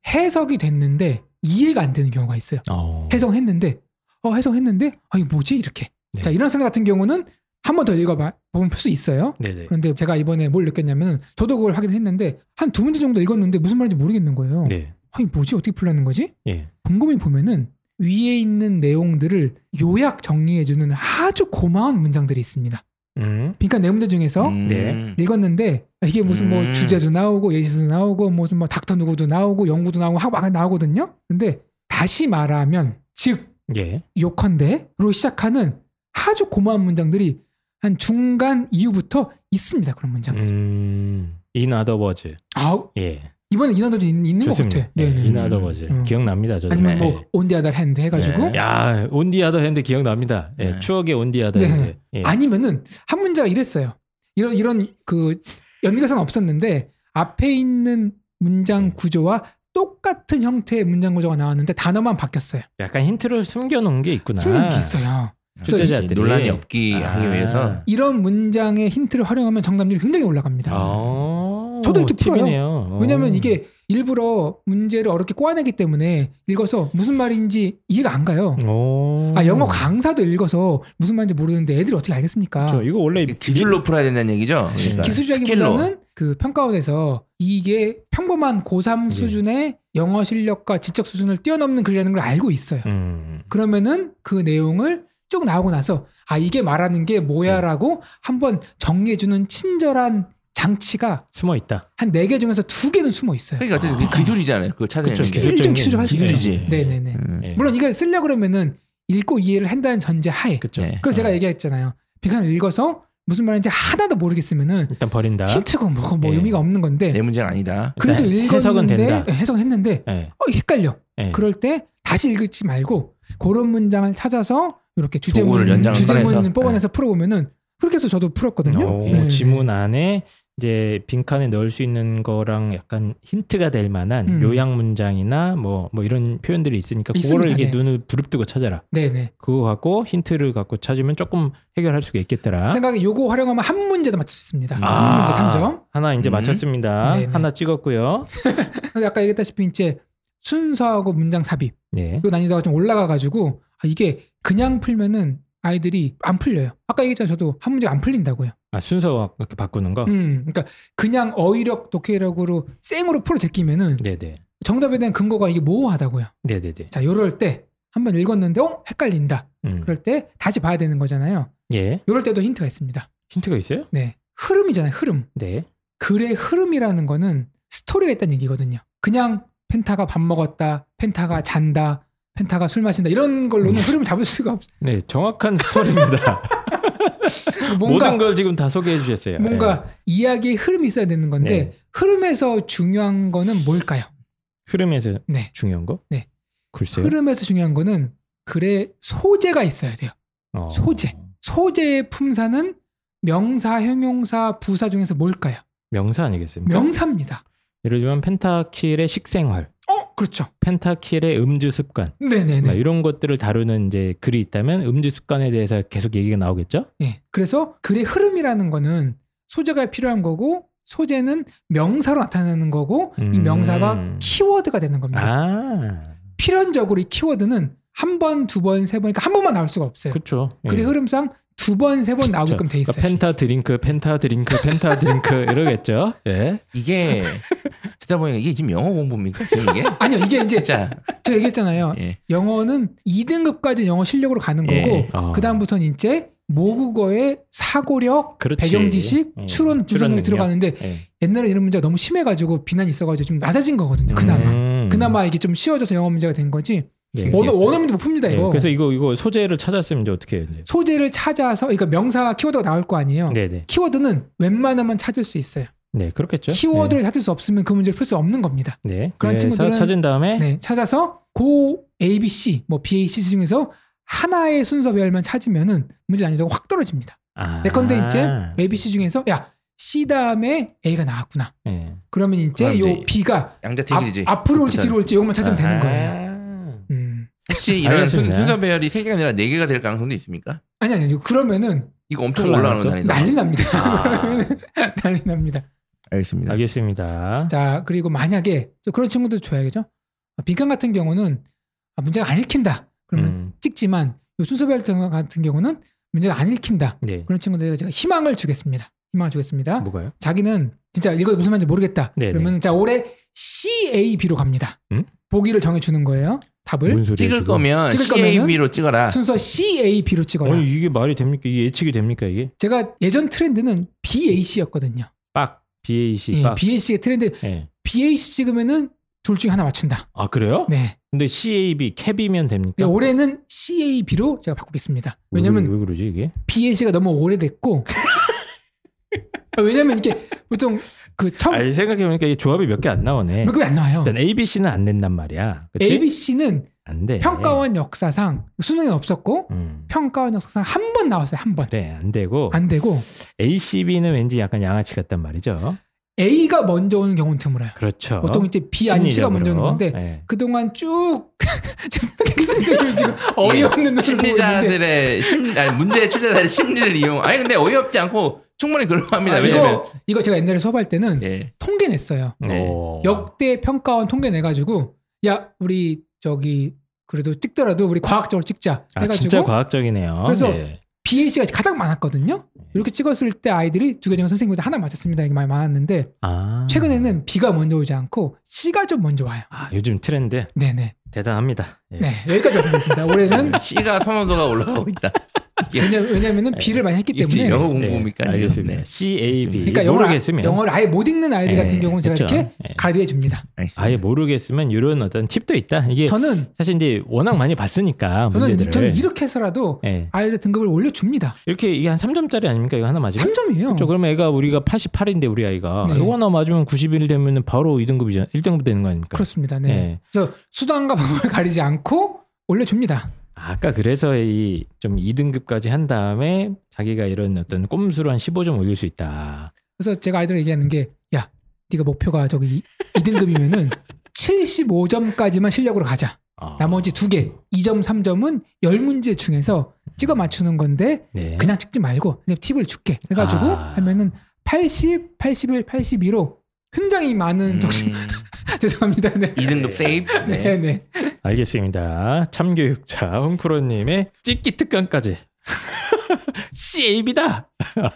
Speaker 3: 해석이 됐는데 이해가 안 되는 경우가 있어요.
Speaker 1: 어.
Speaker 3: 해석했는데 어 해석했는데 아 이거 뭐지 이렇게.
Speaker 1: 네.
Speaker 3: 자 이런 상황 같은 경우는 한 번 더 읽어봐 보면 풀 수 있어요.
Speaker 1: 네네.
Speaker 3: 그런데 제가 이번에 뭘 느꼈냐면 저도 그걸 확인했는데 한 두 문제 정도 읽었는데 무슨 말인지 모르겠는 거예요.
Speaker 1: 네.
Speaker 3: 아니 뭐지 어떻게 풀라는 거지?
Speaker 1: 예.
Speaker 3: 곰곰이 보면은 위에 있는 내용들을 요약 정리해주는 아주 고마운 문장들이 있습니다.
Speaker 1: 음.
Speaker 3: 그러니까 내 문제 중에서
Speaker 2: 음.
Speaker 1: 네.
Speaker 3: 읽었는데 이게 무슨 뭐
Speaker 2: 음.
Speaker 3: 주제도 나오고 예시도 나오고 무슨 뭐 닥터 누구도 나오고 연구도 나오고 하고 막 나오거든요. 근데 다시 말하면 즉
Speaker 1: 예.
Speaker 3: 요컨대로 시작하는 아주 고마운 문장들이 한 중간 이후부터 있습니다. 그런 문장들. 이
Speaker 1: 음. In other words.
Speaker 3: 아
Speaker 1: 예.
Speaker 3: 이번에 이나더지 있는 것
Speaker 1: 좋습니다.
Speaker 3: 같아.
Speaker 1: 예.
Speaker 3: 네네.
Speaker 1: In other words.
Speaker 3: 음.
Speaker 1: 기억납니다. 저도.
Speaker 3: 아니면
Speaker 2: 네.
Speaker 3: 뭐 온디아달 핸드 해가지고
Speaker 2: 네.
Speaker 1: 야, 온디아더 핸드 기억납니다. 예.
Speaker 2: 네.
Speaker 1: 추억의 온디아더
Speaker 3: 네.
Speaker 1: 핸드. 예.
Speaker 3: 아니면은 한 문제가 이랬어요. 이런 이런 그 연결선 없었는데 앞에 있는
Speaker 1: 네.
Speaker 3: 문장 구조와 똑같은 형태의 문장 구조가 나왔는데 단어만 바뀌었어요.
Speaker 1: 약간 힌트를 숨겨놓은 게 있구나. 아.
Speaker 3: 숨긴 게 있어요.
Speaker 1: 투자자들이.
Speaker 2: 논란이 없기 하기 위해서.
Speaker 3: 이런 문장의 힌트를 활용하면 정답률이 굉장히 올라갑니다.
Speaker 1: 아.
Speaker 3: 저도 이렇게 풀어요.
Speaker 1: 팁이네요.
Speaker 3: 왜냐면
Speaker 1: 어.
Speaker 3: 이게 일부러 문제를 어렵게 꼬아내기 때문에 읽어서 무슨 말인지 이해가 안 가요.
Speaker 1: 오.
Speaker 3: 아 영어 강사도 읽어서 무슨 말인지 모르는데 애들이 어떻게 알겠습니까? 음.
Speaker 1: 저 이거 원래
Speaker 2: 그러니까 기술로 풀어야 된다는 얘기죠. 그러니까. 스킬로.
Speaker 3: 기술적이보다는 그 평가원에서 이게 평범한 고3
Speaker 1: 예.
Speaker 3: 수준의 영어 실력과 지적 수준을 뛰어넘는 글이라는 걸 알고 있어요.
Speaker 1: 음.
Speaker 3: 그러면은 그 내용을 쭉 나오고 나서 아 이게 말하는 게 뭐야라고 한번 정리해주는 친절한 장치가
Speaker 1: 숨어 있다.
Speaker 3: 한 네 개 중에서 두 개는 숨어 있어요.
Speaker 2: 그러니까 어쨌든 그게 기술이잖아요. 그걸 찾아내는
Speaker 1: 그렇죠.
Speaker 2: 게.
Speaker 3: 기술. 일종 기술할 수
Speaker 2: 기술이지.
Speaker 3: 네네네.
Speaker 2: 음.
Speaker 1: 예.
Speaker 3: 물론 이걸 쓰려고 그러면은 읽고 이해를 한다는 전제 하에.
Speaker 1: 그렇죠.
Speaker 2: 네.
Speaker 3: 그래서 제가
Speaker 1: 어.
Speaker 3: 얘기했잖아요. 비칸을 읽어서 무슨 말인지 하나도 모르겠으면은
Speaker 1: 일단 버린다.
Speaker 3: 힌트고 뭐고 뭐
Speaker 1: 예.
Speaker 3: 의미가 없는 건데
Speaker 2: 내 문제는 아니다.
Speaker 3: 그래도
Speaker 1: 일단
Speaker 3: 읽었는데
Speaker 1: 해석은 된다.
Speaker 3: 예, 해석했는데
Speaker 1: 예.
Speaker 3: 어 헷갈려.
Speaker 1: 예.
Speaker 3: 그럴 때 다시 읽지 말고 그런 문장을 찾아서 이렇게
Speaker 2: 도구를
Speaker 3: 주제문
Speaker 2: 연장을 꺼내서.
Speaker 3: 주제문 뽑아내서 풀어보면은 그렇게 해서 저도 풀었거든요.
Speaker 1: 예. 오,
Speaker 3: 네, 네.
Speaker 1: 지문 안에 이제 빈칸에 넣을 수 있는 거랑 약간 힌트가 될 만한
Speaker 3: 음.
Speaker 1: 요약 문장이나 뭐 뭐 이런 표현들이 있으니까 그거를
Speaker 3: 있습니다.
Speaker 1: 이게
Speaker 3: 네.
Speaker 1: 눈을 부릅뜨고 찾아라.
Speaker 3: 네네.
Speaker 1: 그거 갖고 힌트를 갖고 찾으면 조금 해결할 수가 있겠더라.
Speaker 3: 생각에 요거 활용하면 한 문제도 맞출 수 있습니다.
Speaker 2: 아.
Speaker 3: 한 문제 3점.
Speaker 1: 하나 이제
Speaker 2: 음.
Speaker 1: 맞췄습니다.
Speaker 3: 네네.
Speaker 1: 하나 찍었고요.
Speaker 3: 근데 아까 얘기했다시피 이제 순서하고 문장 삽입
Speaker 1: 네.
Speaker 3: 요 난이도가 좀 올라가가지고 아, 이게 그냥 풀면은 아이들이 안 풀려요. 아까 얘기했잖아요. 저도 한 문제 안 풀린다고요.
Speaker 1: 아 순서 이렇게 바꾸는 거.
Speaker 3: 음, 그러니까 그냥 어휘력 독해력으로 생으로 풀어 제끼면은
Speaker 1: 네네.
Speaker 3: 정답에 대한 근거가 이게 모호하다고요.
Speaker 1: 네네네.
Speaker 3: 자, 요럴 때 한번 읽었는데 어 헷갈린다.
Speaker 1: 음.
Speaker 3: 그럴 때 다시 봐야 되는 거잖아요.
Speaker 1: 예.
Speaker 3: 요럴 때도 힌트가 있습니다.
Speaker 1: 힌트가 있어요?
Speaker 3: 네, 흐름이잖아요. 흐름.
Speaker 1: 네.
Speaker 3: 글의 흐름이라는 거는 스토리가 있다는 얘기거든요. 그냥 펜타가 밥 먹었다, 펜타가 잔다, 펜타가 술 마신다 이런 걸로는
Speaker 1: 음.
Speaker 3: 흐름을 잡을 수가 없어요.
Speaker 1: 네. 정확한 스토리입니다.
Speaker 3: 뭔가
Speaker 1: 모든 걸 지금 다 소개해 주셨어요.
Speaker 3: 뭔가
Speaker 1: 예.
Speaker 3: 이야기의 흐름이 있어야 되는 건데
Speaker 1: 네.
Speaker 3: 흐름에서 중요한 거는 뭘까요?
Speaker 1: 흐름에서
Speaker 3: 네.
Speaker 1: 중요한 거?
Speaker 3: 네.
Speaker 1: 글쎄요.
Speaker 3: 흐름에서 중요한 거는 글의 소재가 있어야 돼요.
Speaker 1: 어.
Speaker 3: 소재. 소재의 품사는 명사, 형용사, 부사 중에서 뭘까요?
Speaker 1: 명사 아니겠습니까?
Speaker 3: 명사입니다.
Speaker 1: 예를 들면 펜타킬의 식생활,
Speaker 3: 어, 그렇죠.
Speaker 1: 펜타킬의 음주 습관 막
Speaker 3: 네네네.
Speaker 1: 아, 이런 것들을 다루는 이제 글이 있다면 음주 습관에 대해서 계속 얘기가 나오겠죠?
Speaker 3: 예. 그래서 글의 흐름이라는 거는 소재가 필요한 거고 소재는 명사로 나타나는 거고 이
Speaker 1: 음.
Speaker 3: 명사가 키워드가 되는 겁니다.
Speaker 1: 아,
Speaker 3: 필연적으로 이 키워드는 한 번, 두 번, 세 번, 그러니까 한 번만 나올 수가 없어요.
Speaker 1: 그렇죠. 예. 그렇죠.
Speaker 3: 글의 흐름상 두 번, 세 번 나오게끔 돼 있어요.
Speaker 1: 그러니까 펜타 드링크, 펜타 드링크, 펜타 드링크 이러겠죠? 예.
Speaker 2: 이게 듣다 보니까 이게 지금 영어 공부입니까? 지금 이게?
Speaker 3: 아니요, 이게 이제 어?
Speaker 2: 진짜.
Speaker 3: 제가 얘기했잖아요.
Speaker 2: 예.
Speaker 3: 영어는 2등급까지 영어 실력으로 가는 거고
Speaker 2: 예.
Speaker 1: 어.
Speaker 3: 그다음부터는 이제 모국어의 사고력,
Speaker 1: 그렇지.
Speaker 3: 배경 지식,
Speaker 1: 예. 추론
Speaker 3: 추론 분석력이
Speaker 1: 능력.
Speaker 3: 들어가는데
Speaker 1: 예.
Speaker 3: 옛날에 이런 문제가 너무 심해가지고 비난이 있어가지고 좀 낮아진 거거든요.
Speaker 2: 음.
Speaker 3: 그나마
Speaker 1: 음.
Speaker 3: 그나마 이게 좀 쉬워져서 영어 문제가 된 거지.
Speaker 1: 예.
Speaker 2: 뭐-
Speaker 3: 원어 원어 문제 못 풉니다
Speaker 1: 예.
Speaker 3: 이거.
Speaker 1: 그래서 이거 이거 소재를 찾았으면 이제 어떻게 해요? 이제?
Speaker 3: 소재를 찾아서 그러니까 명사와 키워드가 나올 거 아니에요.
Speaker 1: 네네.
Speaker 3: 키워드는 웬만하면 찾을 수 있어요.
Speaker 1: 네 그렇겠죠.
Speaker 3: 키워드를 찾을 수 없으면 그 문제를 풀 수 없는 겁니다.
Speaker 1: 네. 네.
Speaker 3: 그런
Speaker 1: 그래서
Speaker 3: 친구들은-
Speaker 1: 찾은 다음에
Speaker 3: 네, 찾아서 고 A, B, C, 뭐 B, A, C 중에서 하나의 순서 배열만 찾으면은 문제 난이도가 확 떨어집니다.
Speaker 1: 아.
Speaker 3: 네, 예컨대 이제 A, B, C 중에서 야 C 다음에 A가 나왔구나.
Speaker 1: 예.
Speaker 3: 그러면 이제
Speaker 2: 그럼
Speaker 3: 요
Speaker 2: 이제
Speaker 3: B가
Speaker 2: 양자택일이지.
Speaker 3: 앞, 으로 올지
Speaker 2: 그때는.
Speaker 3: 뒤로 올지 이것만 찾으면 되는 거예요.
Speaker 1: 거예요.
Speaker 3: 음.
Speaker 2: 혹시 이런
Speaker 1: 알겠습니다.
Speaker 2: 순서 배열이 세 개가 아니라 네 개가 될 가능성도 있습니까?
Speaker 3: 아니 아니 그러면은
Speaker 2: 이거 엄청
Speaker 1: 큰일 나요,
Speaker 2: 올라가는
Speaker 1: 또?
Speaker 2: 단위다.
Speaker 3: 난리 납니다.
Speaker 2: 아,
Speaker 3: 난리 납니다. 아,
Speaker 1: 아,
Speaker 2: 알겠습니다.
Speaker 1: 알겠습니다.
Speaker 3: 자 그리고 만약에 저 그런 친구들 줘야겠죠. 빈칸 같은 경우는 아, 문제가 안 읽힌다. 그러면
Speaker 1: 음.
Speaker 3: 찍지만 요 순서 배열 같은 경우는 문제가 안 읽힌다.
Speaker 1: 네.
Speaker 3: 그런 친구들에게 제가 희망을 주겠습니다. 희망을 주겠습니다.
Speaker 1: 뭐가요?
Speaker 3: 자기는 진짜 이거 무슨 말인지 모르겠다.
Speaker 1: 네네.
Speaker 3: 그러면 자 올해 CAB로 갑니다.
Speaker 1: 음?
Speaker 3: 보기를 정해주는 거예요. 답을
Speaker 1: 뭔 소리예요,
Speaker 2: 찍을
Speaker 1: 지금?
Speaker 2: 거면
Speaker 3: 찍을
Speaker 2: CAB로 찍어라.
Speaker 3: 순서 CAB로 찍어라.
Speaker 1: 아니 이게 말이 됩니까? 이게 예측이 됩니까 이게?
Speaker 3: 제가 예전 트렌드는 BAC였거든요.
Speaker 1: 빡 BAC
Speaker 3: 예,
Speaker 1: 빡.
Speaker 3: BAC의 트렌드
Speaker 1: 예.
Speaker 3: BAC 찍으면은 둘 중에 하나 맞춘다.
Speaker 1: 아 그래요?
Speaker 3: 네.
Speaker 1: 근데 CAB 캡이면
Speaker 3: 근데
Speaker 1: 됩니까?
Speaker 3: 올해는 CAB로 제가 바꾸겠습니다.
Speaker 1: 왜-
Speaker 3: 왜냐면
Speaker 1: 어? 왜 그러지 이게?
Speaker 3: BAC가 너무 오래됐고 아, 왜냐면 이게 보통 그 처음
Speaker 1: 아니 생각해보니까 이 조합이 몇 개 안 나오네.
Speaker 3: 몇급이 안 나와요.
Speaker 1: 일단 ABC는 안 낸단 말이야. 그치?
Speaker 3: ABC는
Speaker 1: 안 돼.
Speaker 3: 평가원 역사상 수능에 없었고
Speaker 1: 음.
Speaker 3: 평가원 역사상 한 번 나왔어요. 한 번.
Speaker 1: 그래 안 되고
Speaker 3: 안 되고
Speaker 1: ACB는 왠지 약간 양아치 같단 말이죠.
Speaker 3: A가 먼저 오는 경우는 드물어요.
Speaker 1: 그렇죠.
Speaker 3: 보통 이제 B 아니면 C가
Speaker 1: 심리적으로.
Speaker 3: 먼저 오는 건데
Speaker 1: 예.
Speaker 3: 그동안 쭉 지금 선생님이 지금
Speaker 1: 예.
Speaker 3: 어이없는 눈을 보고 있는데
Speaker 2: 심리자들의 심 아니 문제 출제자들의 심리를 이용. 아니 근데 어이없지 않고 충분히 그럴합니다.
Speaker 3: 아,
Speaker 2: 왜냐면
Speaker 3: 이거 이거 제가 옛날에 수업할 때는
Speaker 2: 예.
Speaker 3: 통계 냈어요.
Speaker 2: 네.
Speaker 1: 오.
Speaker 3: 역대 평가원 통계 내가지고 야 우리 저기 그래도 찍더라도 우리 과학적으로 찍자
Speaker 1: 아,
Speaker 3: 해가지고
Speaker 1: 진짜 과학적이네요.
Speaker 3: 그래서
Speaker 1: 예.
Speaker 3: BAC가 가장 많았거든요. 이렇게 찍었을 때 아이들이 두 개 중에 선생님보다 하나 맞췄습니다. 이게 많이 많았는데
Speaker 1: 아.
Speaker 3: 최근에는 B가 먼저 오지 않고 C가 좀 먼저 와요.
Speaker 1: 아, 요즘 트렌드
Speaker 3: 네네.
Speaker 1: 대단합니다. 예.
Speaker 3: 네 여기까지 말씀드렸습니다. 올해는
Speaker 2: C가 선호도가 올라가고 있다.
Speaker 3: 왜냐, 왜냐면은
Speaker 1: 네.
Speaker 3: B를 많이 했기
Speaker 2: 이게 지금
Speaker 3: 때문에
Speaker 2: 영어 공부입니까
Speaker 1: 네,
Speaker 2: 지금?
Speaker 1: 알겠습니다.
Speaker 2: 네.
Speaker 1: CAB
Speaker 3: 그러니까 영어를,
Speaker 1: 모르겠으면
Speaker 3: 아, 영어를 아예 못 읽는 아이들
Speaker 2: 예,
Speaker 3: 같은 경우는 제가
Speaker 1: 그렇죠.
Speaker 3: 이렇게
Speaker 1: 예.
Speaker 3: 가이드해 줍니다.
Speaker 2: 알겠습니다.
Speaker 1: 아예 뭐 모르겠으면 이런 어떤 팁도 있다. 이게
Speaker 3: 저는
Speaker 1: 사실 이제 워낙 많이 봤으니까
Speaker 3: 저는,
Speaker 1: 문제들을.
Speaker 3: 저는 이렇게 해서라도
Speaker 1: 예.
Speaker 3: 아이들 등급을 올려줍니다.
Speaker 1: 이렇게 이게 한 3점짜리 아닙니까? 이거 하나 맞으면?
Speaker 3: 3점이에요.
Speaker 1: 그렇죠. 그러면 애가 우리가 88인데 우리 아이가
Speaker 3: 네.
Speaker 1: 이거 하나 맞으면 91 되면 바로 2등급이잖아. 1등급 되는 거 아닙니까?
Speaker 3: 그렇습니다. 네.
Speaker 1: 예.
Speaker 3: 그래서 수단과 방법을 가리지 않고 올려줍니다.
Speaker 1: 아까 그래서 이 좀 2등급까지 한 다음에 자기가 이런 어떤 꼼수로 한 15점 올릴 수 있다.
Speaker 3: 그래서 제가 아이들에게 얘기하는 게, 야, 네가 목표가 저기 2등급이면은 75점까지만 실력으로 가자.
Speaker 1: 어.
Speaker 3: 나머지 두 개, 2점, 3점은 10문제 중에서 찍어 맞추는 건데
Speaker 1: 네.
Speaker 3: 그냥 찍지 말고 그냥 팁을 줄게. 해가지고
Speaker 1: 아.
Speaker 3: 하면은 80, 81, 82로 굉장히
Speaker 1: 음.
Speaker 3: 많은 적시 죄송합니다. 네.
Speaker 2: 2등급 음, 세이브.
Speaker 3: 음,
Speaker 2: 네.
Speaker 3: 네, 네.
Speaker 1: 알겠습니다. 참교육자 홍프로님의 찍기 특강까지. CAB다.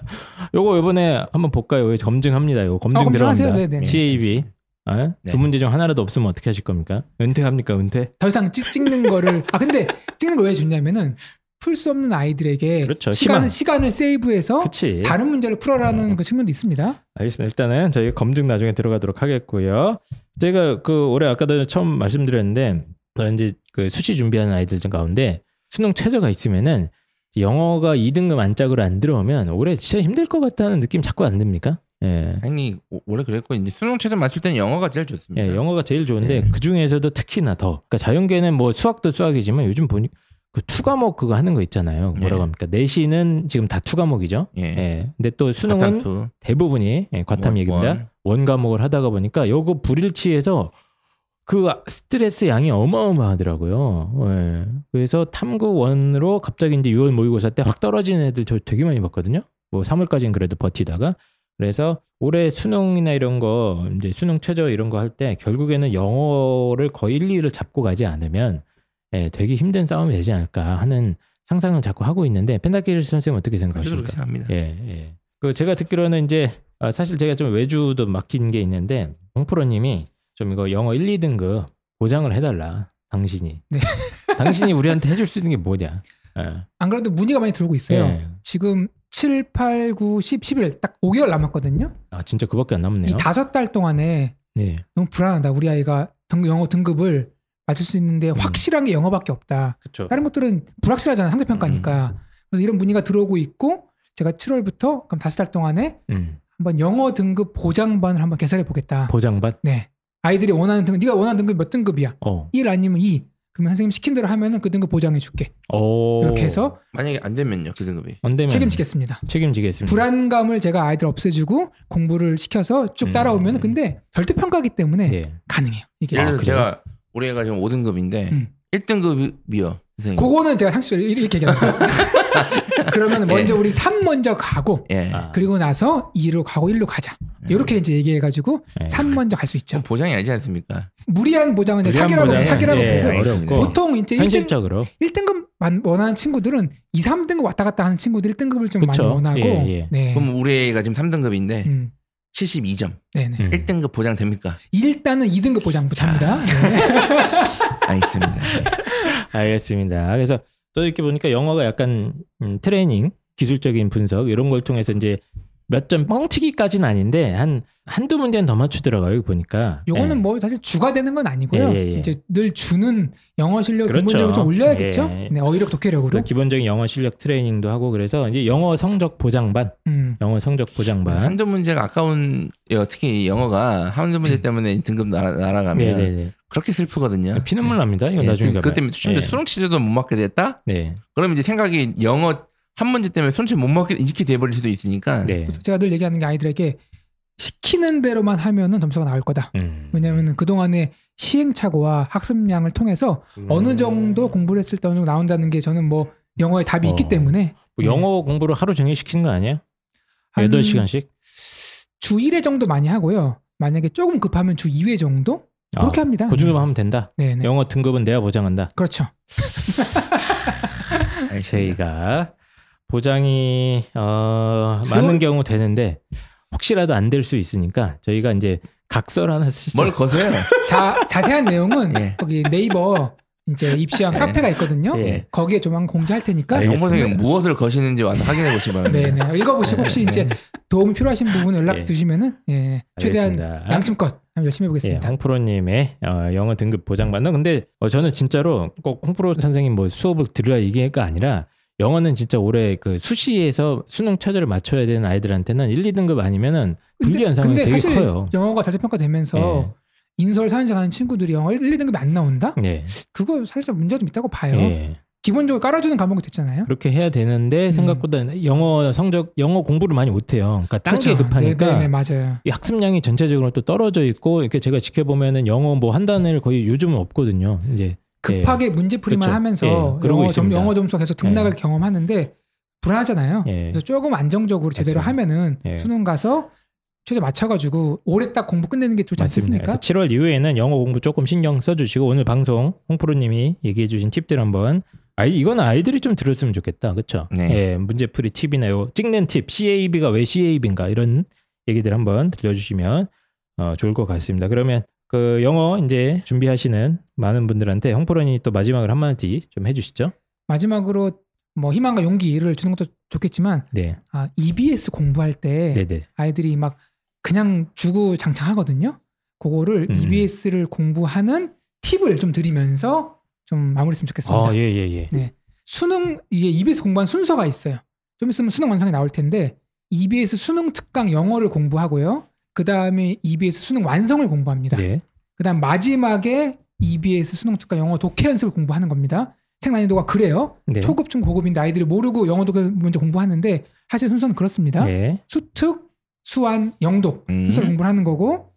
Speaker 1: 요거 이번에 한번 볼까요? 요 검증합니다. 요 검증
Speaker 3: 아, 검증하세요.
Speaker 1: 들어갑니다.
Speaker 3: 네네네.
Speaker 1: CAB. 아?
Speaker 2: 네.
Speaker 1: 두 문제 중 하나라도 없으면 어떻게 하실 겁니까? 은퇴합니까? 은퇴?
Speaker 3: 더 이상 찍, 찍는 거를 아 근데 찍는 걸 왜 주냐면은 풀 수 없는 아이들에게
Speaker 1: 그렇죠.
Speaker 3: 시간은
Speaker 1: 시간.
Speaker 3: 시간을 세이브해서
Speaker 1: 그치.
Speaker 3: 어? 다른 문제를 풀어라는
Speaker 1: 음.
Speaker 3: 그 측면도 있습니다.
Speaker 1: 알겠습니다. 일단은 저희 검증 나중에 들어가도록 하겠고요. 제가 그 올해 아까도 처음 말씀드렸는데 어, 이제 그 수시 준비하는 아이들 중 가운데 수능 최저가 있으면은 영어가 2등급 안짝으로 안 들어오면 올해 진짜 힘들 것 같다는 느낌 자꾸 안 듭니까? 예.
Speaker 2: 아니 오- 원래 그랬고 이제 수능 최저 맞출 때는 영어가 제일 좋습니다.
Speaker 1: 예, 영어가 제일 좋은데
Speaker 2: 예.
Speaker 1: 그 중에서도 특히나 더. 그러니까 자연계는 뭐 수학도 수학이지만 요즘 보니 그 투과목 그거 하는 거 있잖아요. 뭐라고
Speaker 2: 예.
Speaker 1: 합니까? 내시는 지금 다 투과목이죠.
Speaker 2: 예.
Speaker 3: 네,
Speaker 1: 예. 근데 또 수능은
Speaker 2: 과탐투,
Speaker 1: 대부분이 예, 과탐
Speaker 2: 원-
Speaker 1: 얘기입니다.
Speaker 2: 원.
Speaker 1: 원. 과목을 하다가 보니까 요거 불일치해서 그 스트레스 양이 어마어마하더라고요. 예. 그래서 탐구 원으로 갑자기 이제 6월 모의고사 때 확 떨어지는 애들 저 되게 많이 봤거든요. 뭐 3월까지는 그래도 버티다가 그래서 올해 수능이나 이런 거 이제 수능 최저 이런 거 할 때 결국에는 영어를 거의 1, 2를 잡고 가지 않으면 예, 되게 힘든 싸움이 되지 않을까 하는 상상을 자꾸 하고 있는데 펜타키르 선생님 어떻게
Speaker 2: 저도 그렇게
Speaker 1: 생각하십니까?
Speaker 2: 생각합니다.
Speaker 1: 예, 예. 그 제가 듣기로는 이제 아, 사실 제가 좀 외주도 맡긴 게 있는데 홍프로님이 좀 이거 영어 1, 2등급 보장을 해달라. 당신이.
Speaker 3: 네.
Speaker 1: 당신이 우리한테 해줄 수 있는 게 뭐냐. 예.
Speaker 3: 안 그래도 문의가 많이 들어오고 있어요.
Speaker 1: 예.
Speaker 3: 지금 7, 8, 9, 10, 11 딱 5개월 남았거든요.
Speaker 1: 아 진짜 그밖에 안 남네요.
Speaker 3: 이 다섯 달 동안에
Speaker 1: 네.
Speaker 3: 너무 불안하다. 우리 아이가 등- 영어 등급을 맞출 수 있는데 확실한 게 영어밖에
Speaker 1: 음.
Speaker 3: 없다.
Speaker 1: 그렇죠.
Speaker 3: 다른 것들은 불확실하잖아 상대평가니까.
Speaker 1: 음.
Speaker 3: 그래서 이런 문의가 들어오고 있고 제가 7월부터 그럼 다섯 달 동안에
Speaker 1: 음.
Speaker 3: 한번 영어 등급 보장반을 한번 개설해 보겠다.
Speaker 1: 보장받.
Speaker 3: 네. 아이들이 원하는 등급, 네가 원하는 등급 몇 등급이야?
Speaker 1: 어.
Speaker 3: 1 아니면 2. 그러면 선생님 시킨 대로 하면은 그 등급 보장해 줄게.
Speaker 1: 오.
Speaker 3: 이렇게 해서
Speaker 2: 만약에 안 되면요 그 등급이.
Speaker 3: 아,
Speaker 1: 안 되면
Speaker 3: 책임지겠습니다.
Speaker 1: 음. 책임지겠습니다.
Speaker 3: 불안감을 제가 아이들 없애주고 공부를 시켜서 쭉
Speaker 1: 음.
Speaker 3: 따라오면 근데 절대 평가기 때문에
Speaker 1: 예.
Speaker 3: 가능해요. 이게
Speaker 2: 예를 들어
Speaker 1: 그래요?
Speaker 2: 제가 우리 애가 지금 5등급인데
Speaker 3: 음.
Speaker 2: 1등급이요
Speaker 1: 음.
Speaker 2: 선생님.
Speaker 3: 그거는 제가 상식적으로 이렇게 얘기합니다. 그러면 먼저
Speaker 1: 예.
Speaker 3: 우리 3 먼저 가고
Speaker 2: 예.
Speaker 1: 아.
Speaker 3: 그리고 나서 2로 가고 1로 가자. 이렇게 이제 얘기해가지고
Speaker 1: 예.
Speaker 3: 3 먼저 갈 수 있죠.
Speaker 2: 좀 보장이 아니지 않습니까?
Speaker 3: 무리한 보장은 이제
Speaker 2: 무리한
Speaker 3: 사기라고
Speaker 2: 보장은
Speaker 3: 사기라고
Speaker 1: 예,
Speaker 3: 보고
Speaker 1: 어렵고
Speaker 3: 보통 이제 1등,
Speaker 1: 현실적으로
Speaker 3: 1등급 원하는 친구들은 2, 3등급 왔다 갔다 하는 친구들 1등급을 좀
Speaker 1: 그쵸.
Speaker 3: 많이 원하고
Speaker 1: 예, 예.
Speaker 3: 네.
Speaker 2: 그럼 우리 애가 지금 3등급인데
Speaker 3: 음,
Speaker 2: 72점.
Speaker 3: 네네.
Speaker 1: 음.
Speaker 2: 1등급 보장 됩니까?
Speaker 3: 일단은 2등급 보장 부자입니다.
Speaker 1: 예.
Speaker 3: 네.
Speaker 2: 알겠습니다.
Speaker 1: 알겠습니다. 그래서 또 이렇게 보니까 영어가 약간 음, 트레이닝, 기술적인 분석 이런 걸 통해서 이제 몇 점 뻥튀기까지는 아닌데 한 한두 문제는 더 맞추더라고요. 여기 보니까.
Speaker 3: 요거는
Speaker 1: 예.
Speaker 3: 뭐 사실 주가 되는 건 아니고요.
Speaker 1: 예, 예, 예.
Speaker 3: 이제 늘 주는 영어 실력
Speaker 1: 그렇죠.
Speaker 3: 근본적으로 좀 올려야겠죠.
Speaker 1: 예.
Speaker 3: 네, 어휘력 독해력으로.
Speaker 1: 그래서 기본적인 영어 실력 트레이닝도 하고 그래서 이제 영어 성적 보장반,
Speaker 3: 음.
Speaker 1: 영어 성적 보장반.
Speaker 2: 네, 한두 문제가 아까운 예, 특히 영어가 한두 문제 때문에 등급 날아, 날아가면
Speaker 1: 음. 네네네. 아,
Speaker 2: 그렇게
Speaker 3: 네.
Speaker 2: 슬프거든요.
Speaker 1: 피눈물 납니다. 이거
Speaker 2: 예,
Speaker 1: 나중에
Speaker 2: 그-
Speaker 1: 가면.
Speaker 2: 그때 수능
Speaker 1: 예.
Speaker 2: 수능 치제도 못 맞게 됐다.
Speaker 1: 네.
Speaker 2: 그럼 이제 생각이 영어 한 문제 때문에 손치 못 맞게 이렇게 돼버릴 수도 있으니까.
Speaker 1: 네.
Speaker 3: 그래서 제가 늘 얘기하는 게 아이들에게 시키는 대로만 하면은 점수가 나올 거다.
Speaker 1: 음.
Speaker 3: 왜냐하면 그 동안의 시행착오와 학습량을 통해서
Speaker 1: 음.
Speaker 3: 어느 정도 공부를 했을 때 어느 정도 나온다는 게 저는 뭐 영어에 답이 있기
Speaker 1: 어.
Speaker 3: 때문에
Speaker 1: 뭐 영어 공부를 하루 종일 시키는 거 아니야?
Speaker 3: 한
Speaker 1: 8시간씩?
Speaker 3: 주 1회 정도 많이 하고요. 만약에 조금 급하면 주 2회 정도 그렇게 합니다.
Speaker 1: 그 정도만 하면 된다.
Speaker 3: 네, 네.
Speaker 1: 영어 등급은 내가 보장한다.
Speaker 3: 그렇죠.
Speaker 2: 알겠습니다.
Speaker 1: 저희가 보장이 어, 많은
Speaker 3: 이건-
Speaker 1: 경우 되는데 혹시라도 안 될 수 있으니까 저희가 이제 각설 하나 쓰죠.
Speaker 2: 뭘 거세요?
Speaker 3: 자, 자세한 내용은
Speaker 2: 예.
Speaker 3: 거기 네이버 이제 입시한
Speaker 2: 예.
Speaker 3: 카페가 있거든요.
Speaker 1: 예.
Speaker 3: 거기에 조만간 공지할 테니까
Speaker 1: 알겠습니다.
Speaker 2: 영어생이 무엇을 거시는지 와서 확인해 보시기 바랍니다.
Speaker 3: 네, 네. 읽어보시고 혹시 이제 도움이 필요하신 부분 연락
Speaker 1: 예.
Speaker 3: 주시면은 예, 최대한
Speaker 1: 알겠습니다.
Speaker 3: 양심껏 한번 열심히
Speaker 1: 예,
Speaker 3: 해보겠습니다.
Speaker 1: 홍프로님의 어, 영어 등급 보장받는 근데 어, 저는 진짜로 꼭 홍프로 선생님 뭐 수업을 들으라 이게가 아니라 영어는 진짜 올해 그 수시에서 수능 최저를 맞춰야 되는 아이들한테는 1, 2등급 아니면은 불리한 상황이
Speaker 3: 근데
Speaker 1: 되게
Speaker 3: 사실
Speaker 1: 커요.
Speaker 3: 영어가 자체 평가되면서 인설 사연자 가는 친구들이 영어 1, 2등급이 안 나온다?
Speaker 1: 예,
Speaker 3: 그거 사실 문제가 좀 있다고 봐요.
Speaker 1: 예. 그렇죠.
Speaker 3: 기본적으로 깔아주는 과목이 됐잖아요.
Speaker 1: 그렇게 해야 되는데
Speaker 3: 음.
Speaker 1: 생각보다 영어 성적 영어 공부를 많이 못해요. 그러니까 딴게
Speaker 3: 그렇죠.
Speaker 1: 급하니까
Speaker 3: 네, 네, 네, 맞아요.
Speaker 1: 이 학습량이 전체적으로 또 떨어져 있고 이렇게 제가 지켜보면은 영어 뭐 한 단어를 거의 요즘은 없거든요. 이제
Speaker 3: 급하게 문제풀이만
Speaker 1: 예. 그렇죠.
Speaker 3: 하면서
Speaker 1: 예, 그러고
Speaker 3: 영어, 점,
Speaker 1: 있습니다.
Speaker 3: 영어 점수가 계속 등락을
Speaker 1: 예.
Speaker 3: 경험하는데 불안하잖아요.
Speaker 1: 예.
Speaker 3: 그래서 조금 안정적으로 제대로
Speaker 1: 맞습니다.
Speaker 3: 하면은
Speaker 1: 예.
Speaker 3: 수능 가서 최저 맞춰가지고 올해 딱 공부 끝내는 게 좋지
Speaker 1: 예, 맞습니다. 그래서
Speaker 3: 않겠습니까?
Speaker 1: 7월 이후에는 영어 공부 조금 신경 써주시고 오늘 방송 홍프로님이 얘기해주신 팁들 한번 아이 이건 아이들이 좀 들었으면 좋겠다, 그렇죠?
Speaker 2: 네.
Speaker 1: 예, 문제풀이 팁이나 요 찍는 팁 CAB가 왜 CAB인가 이런 얘기들 한번 들려주시면 어, 좋을 것 같습니다. 그러면 그 영어 이제 준비하시는 많은 분들한테 홍프로님이 또 마지막으로 한마디 좀 해주시죠.
Speaker 3: 마지막으로 뭐 희망과 용기를 주는 것도 좋겠지만
Speaker 1: 네,
Speaker 3: 아, EBS 공부할 때
Speaker 1: 네, 네.
Speaker 3: 아이들이 막 그냥 주구장창하거든요. 그거를
Speaker 1: 음.
Speaker 3: EBS를 공부하는 팁을 좀 드리면서 좀 마무리했으면 좋겠습니다.
Speaker 1: 아, 예, 예, 예.
Speaker 3: 수능 이게 EBS 공부한 순서가 있어요. 좀 있으면 수능 완성이 나올 텐데 EBS 수능 특강 영어를 공부하고요. 그 다음에 EBS 수능 완성을 공부합니다.
Speaker 1: 네,
Speaker 3: 그다음 마지막에 EBS 수능 특강 영어 독해 연습을 공부하는 겁니다. 책 난이도가 그래요.
Speaker 1: 네.
Speaker 3: 초급, 중, 고급인데 아이들이 모르고 영어 독해 먼저 공부하는데 사실 순서는 그렇습니다.
Speaker 1: 네,
Speaker 3: 수특, 수완, 영독
Speaker 2: 음.
Speaker 3: 순서를 공부를 하는 거고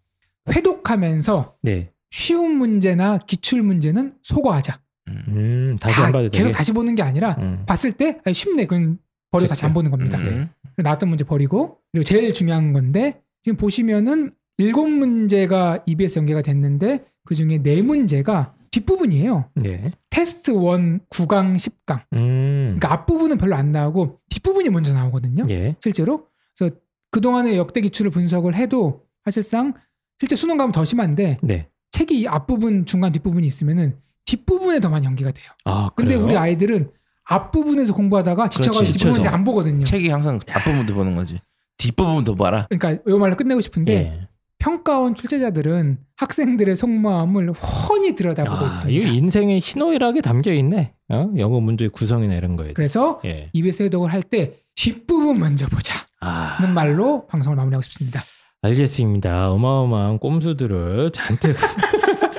Speaker 3: 회독하면서
Speaker 1: 네.
Speaker 3: 쉬운 문제나 기출 문제는 소거하자.
Speaker 2: 음.
Speaker 1: 음, 다시
Speaker 3: 다
Speaker 1: 안 봐도 되게.
Speaker 3: 계속 다시 보는 게 아니라
Speaker 1: 음.
Speaker 3: 봤을 때 아니, 쉽네 그건 버리고 다시 안 보는 겁니다. 네.
Speaker 2: 음.
Speaker 3: 그리고 나왔던 문제 버리고 그리고 제일 중요한 건데 지금 보시면은 일곱 문제가 EBS 연계가 됐는데 그 중에 네 문제가 뒷부분이에요.
Speaker 1: 네.
Speaker 3: 테스트 원 9강 10강.
Speaker 1: 음.
Speaker 3: 그러니까 앞부분은 별로 안 나오고 뒷부분이 먼저 나오거든요.
Speaker 1: 예.
Speaker 3: 실제로. 그래서 그동안의 역대 기출을 분석을 해도 사실상 실제 수능 가면 더 심한데
Speaker 1: 네.
Speaker 3: 책이 앞부분, 중간, 뒷부분이 있으면은 뒷부분에 더 많이 연기가 돼요.
Speaker 1: 아,
Speaker 3: 근데
Speaker 1: 그래요?
Speaker 3: 우리 아이들은 앞부분에서 공부하다가 지쳐가지고
Speaker 2: 그렇지,
Speaker 3: 뒷부분 이제
Speaker 1: 지쳐서.
Speaker 3: 안 보거든요.
Speaker 2: 책이 항상 앞부분도 보는 거지. 뒷부분도 봐라.
Speaker 3: 그러니까 요 말로 끝내고 싶은데
Speaker 1: 예.
Speaker 3: 평가원 출제자들은 학생들의 속마음을 훤히 들여다보고
Speaker 1: 아,
Speaker 3: 있습니다.
Speaker 1: 이거 인생의 신호일하게 담겨 있네. 어? 영어 문제 구성이나 이런 거에.
Speaker 3: 그래서
Speaker 1: 예.
Speaker 3: EBS 해독을 할 때 뒷부분 먼저 보자는
Speaker 1: 아,
Speaker 3: 말로 방송을 마무리하고 싶습니다.
Speaker 1: 알겠습니다. 어마어마한 꼼수들을 잔뜩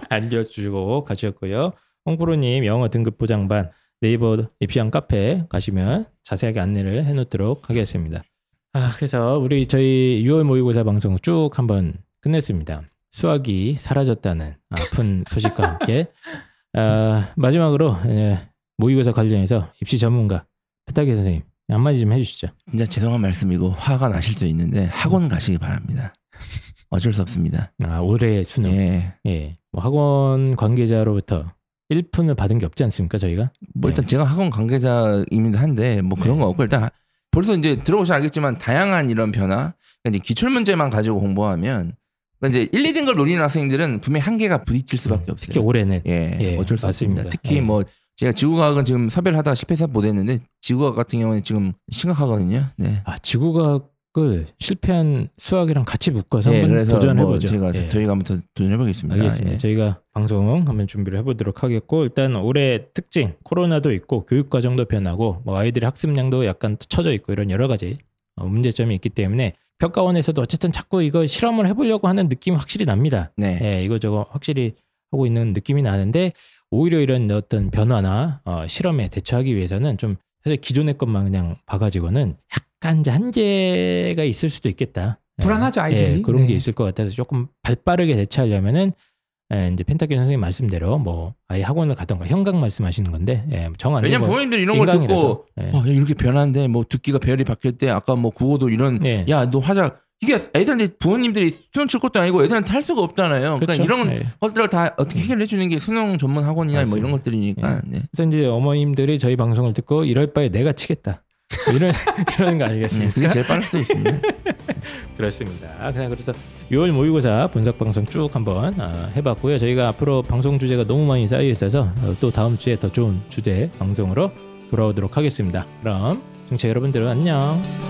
Speaker 1: 안겨주고 가셨고요. 홍프로님 영어 등급 보장반 네이버 입시왕 카페 가시면 자세하게 안내를 해놓도록 하겠습니다. 아, 그래서 우리 저희 6월 모의고사 방송 쭉 한번 끝냈습니다. 수학이 사라졌다는 아픈 소식과 함께 아, 마지막으로 예, 모의고사 관련해서 입시 전문가 패타기 선생님 한마디 좀 해주시죠.
Speaker 2: 진짜 죄송한 말씀이고 화가 나실 수 있는데 학원 가시기 바랍니다. 어쩔 수 없습니다.
Speaker 1: 아, 올해 수능
Speaker 2: 예.
Speaker 1: 예. 뭐 학원 관계자로부터 1푼을 받은 게 없지 않습니까, 저희가?
Speaker 2: 뭐 일단 제가 학원 관계자이긴 한데 뭐 그런
Speaker 1: 네.
Speaker 2: 거 없고 일단 벌써 이제 들어보시면 알겠지만 다양한 이런 변화 그러니까 이제 기출 문제만 가지고 공부하면 그러니까 이제 1, 2등급 노리는 학생들은 분명히 한계가 부딪힐 수밖에 없어요.
Speaker 1: 음, 특히 올해는
Speaker 2: 예,
Speaker 1: 예,
Speaker 2: 어쩔 수
Speaker 1: 맞습니다.
Speaker 2: 없습니다. 특히
Speaker 1: 예.
Speaker 2: 뭐 제가 지구과학은 지금 사별하다가 실패해서 못했는데 지구과학 같은 경우는 지금 심각하거든요. 네.
Speaker 1: 아, 지구과학을 실패한 수학이랑 같이 묶어서
Speaker 2: 예,
Speaker 1: 한번
Speaker 2: 그래서
Speaker 1: 도전해
Speaker 2: 뭐
Speaker 1: 보죠. 예. 아,
Speaker 2: 제가 저희가 한번 더 도전해보겠습니다.
Speaker 1: 알겠습니다.
Speaker 2: 예.
Speaker 1: 저희가 방송 한번 준비를 해보도록 하겠고 일단 올해 특징 코로나도 있고 교육 과정도 변하고 뭐 아이들의 학습량도 약간 처져 있고 이런 여러 가지 어, 문제점이 있기 때문에 평가원에서도 어쨌든 자꾸 이거 실험을 해보려고 하는 느낌이 확실히 납니다.
Speaker 2: 네.
Speaker 1: 예, 이거 저거 확실히 하고 있는 느낌이 나는데 오히려 이런 어떤 변화나 어, 실험에 대처하기 위해서는 좀 사실 기존의 것만 그냥 봐가지고는 약간 이제 한계가 있을 수도 있겠다. 예,
Speaker 3: 불안하죠, 아이들이.
Speaker 1: 예, 그런
Speaker 3: 네.
Speaker 1: 게 있을 것 같아서 조금 발빠르게 대처하려면은 예, 이제 펜타키 선생님 말씀대로 뭐 아이 학원을 가던가 형광 말씀하시는 건데 예, 정안
Speaker 2: 왜냐면 부모님들 이런 걸 듣고
Speaker 1: 예.
Speaker 2: 아, 야, 이렇게 변하는데 뭐 듣기가 배열이 바뀌었대. 아까 뭐 국어도 이런
Speaker 1: 예.
Speaker 2: 야 너 화자 이게 애들한테 부모님들이 수능 칠 것도 아니고 애들한테 할 수가 없잖아요. 그러니
Speaker 1: 그렇죠?
Speaker 2: 까 이런
Speaker 1: 예.
Speaker 2: 것들을 다 어떻게 해결해 주는 게 수능 전문 학원이나 뭐 이런 것들이니까. 네.
Speaker 1: 그래서 이제 어머님들이 저희 방송을 듣고 이럴 바에 내가 치겠다 뭐 이런 이런 거
Speaker 2: 네,
Speaker 1: 아니겠습니까?
Speaker 2: 그게 제일 빠를 수도 있습니다.
Speaker 1: 그렇습니다. 그냥 그래서 6월 모의고사 분석 방송 쭉 한번 어, 해봤고요. 저희가 앞으로 방송 주제가 너무 많이 쌓여 있어서 어, 또 다음 주에 더 좋은 주제 방송으로 돌아오도록 하겠습니다. 그럼 청취자 여러분들 안녕.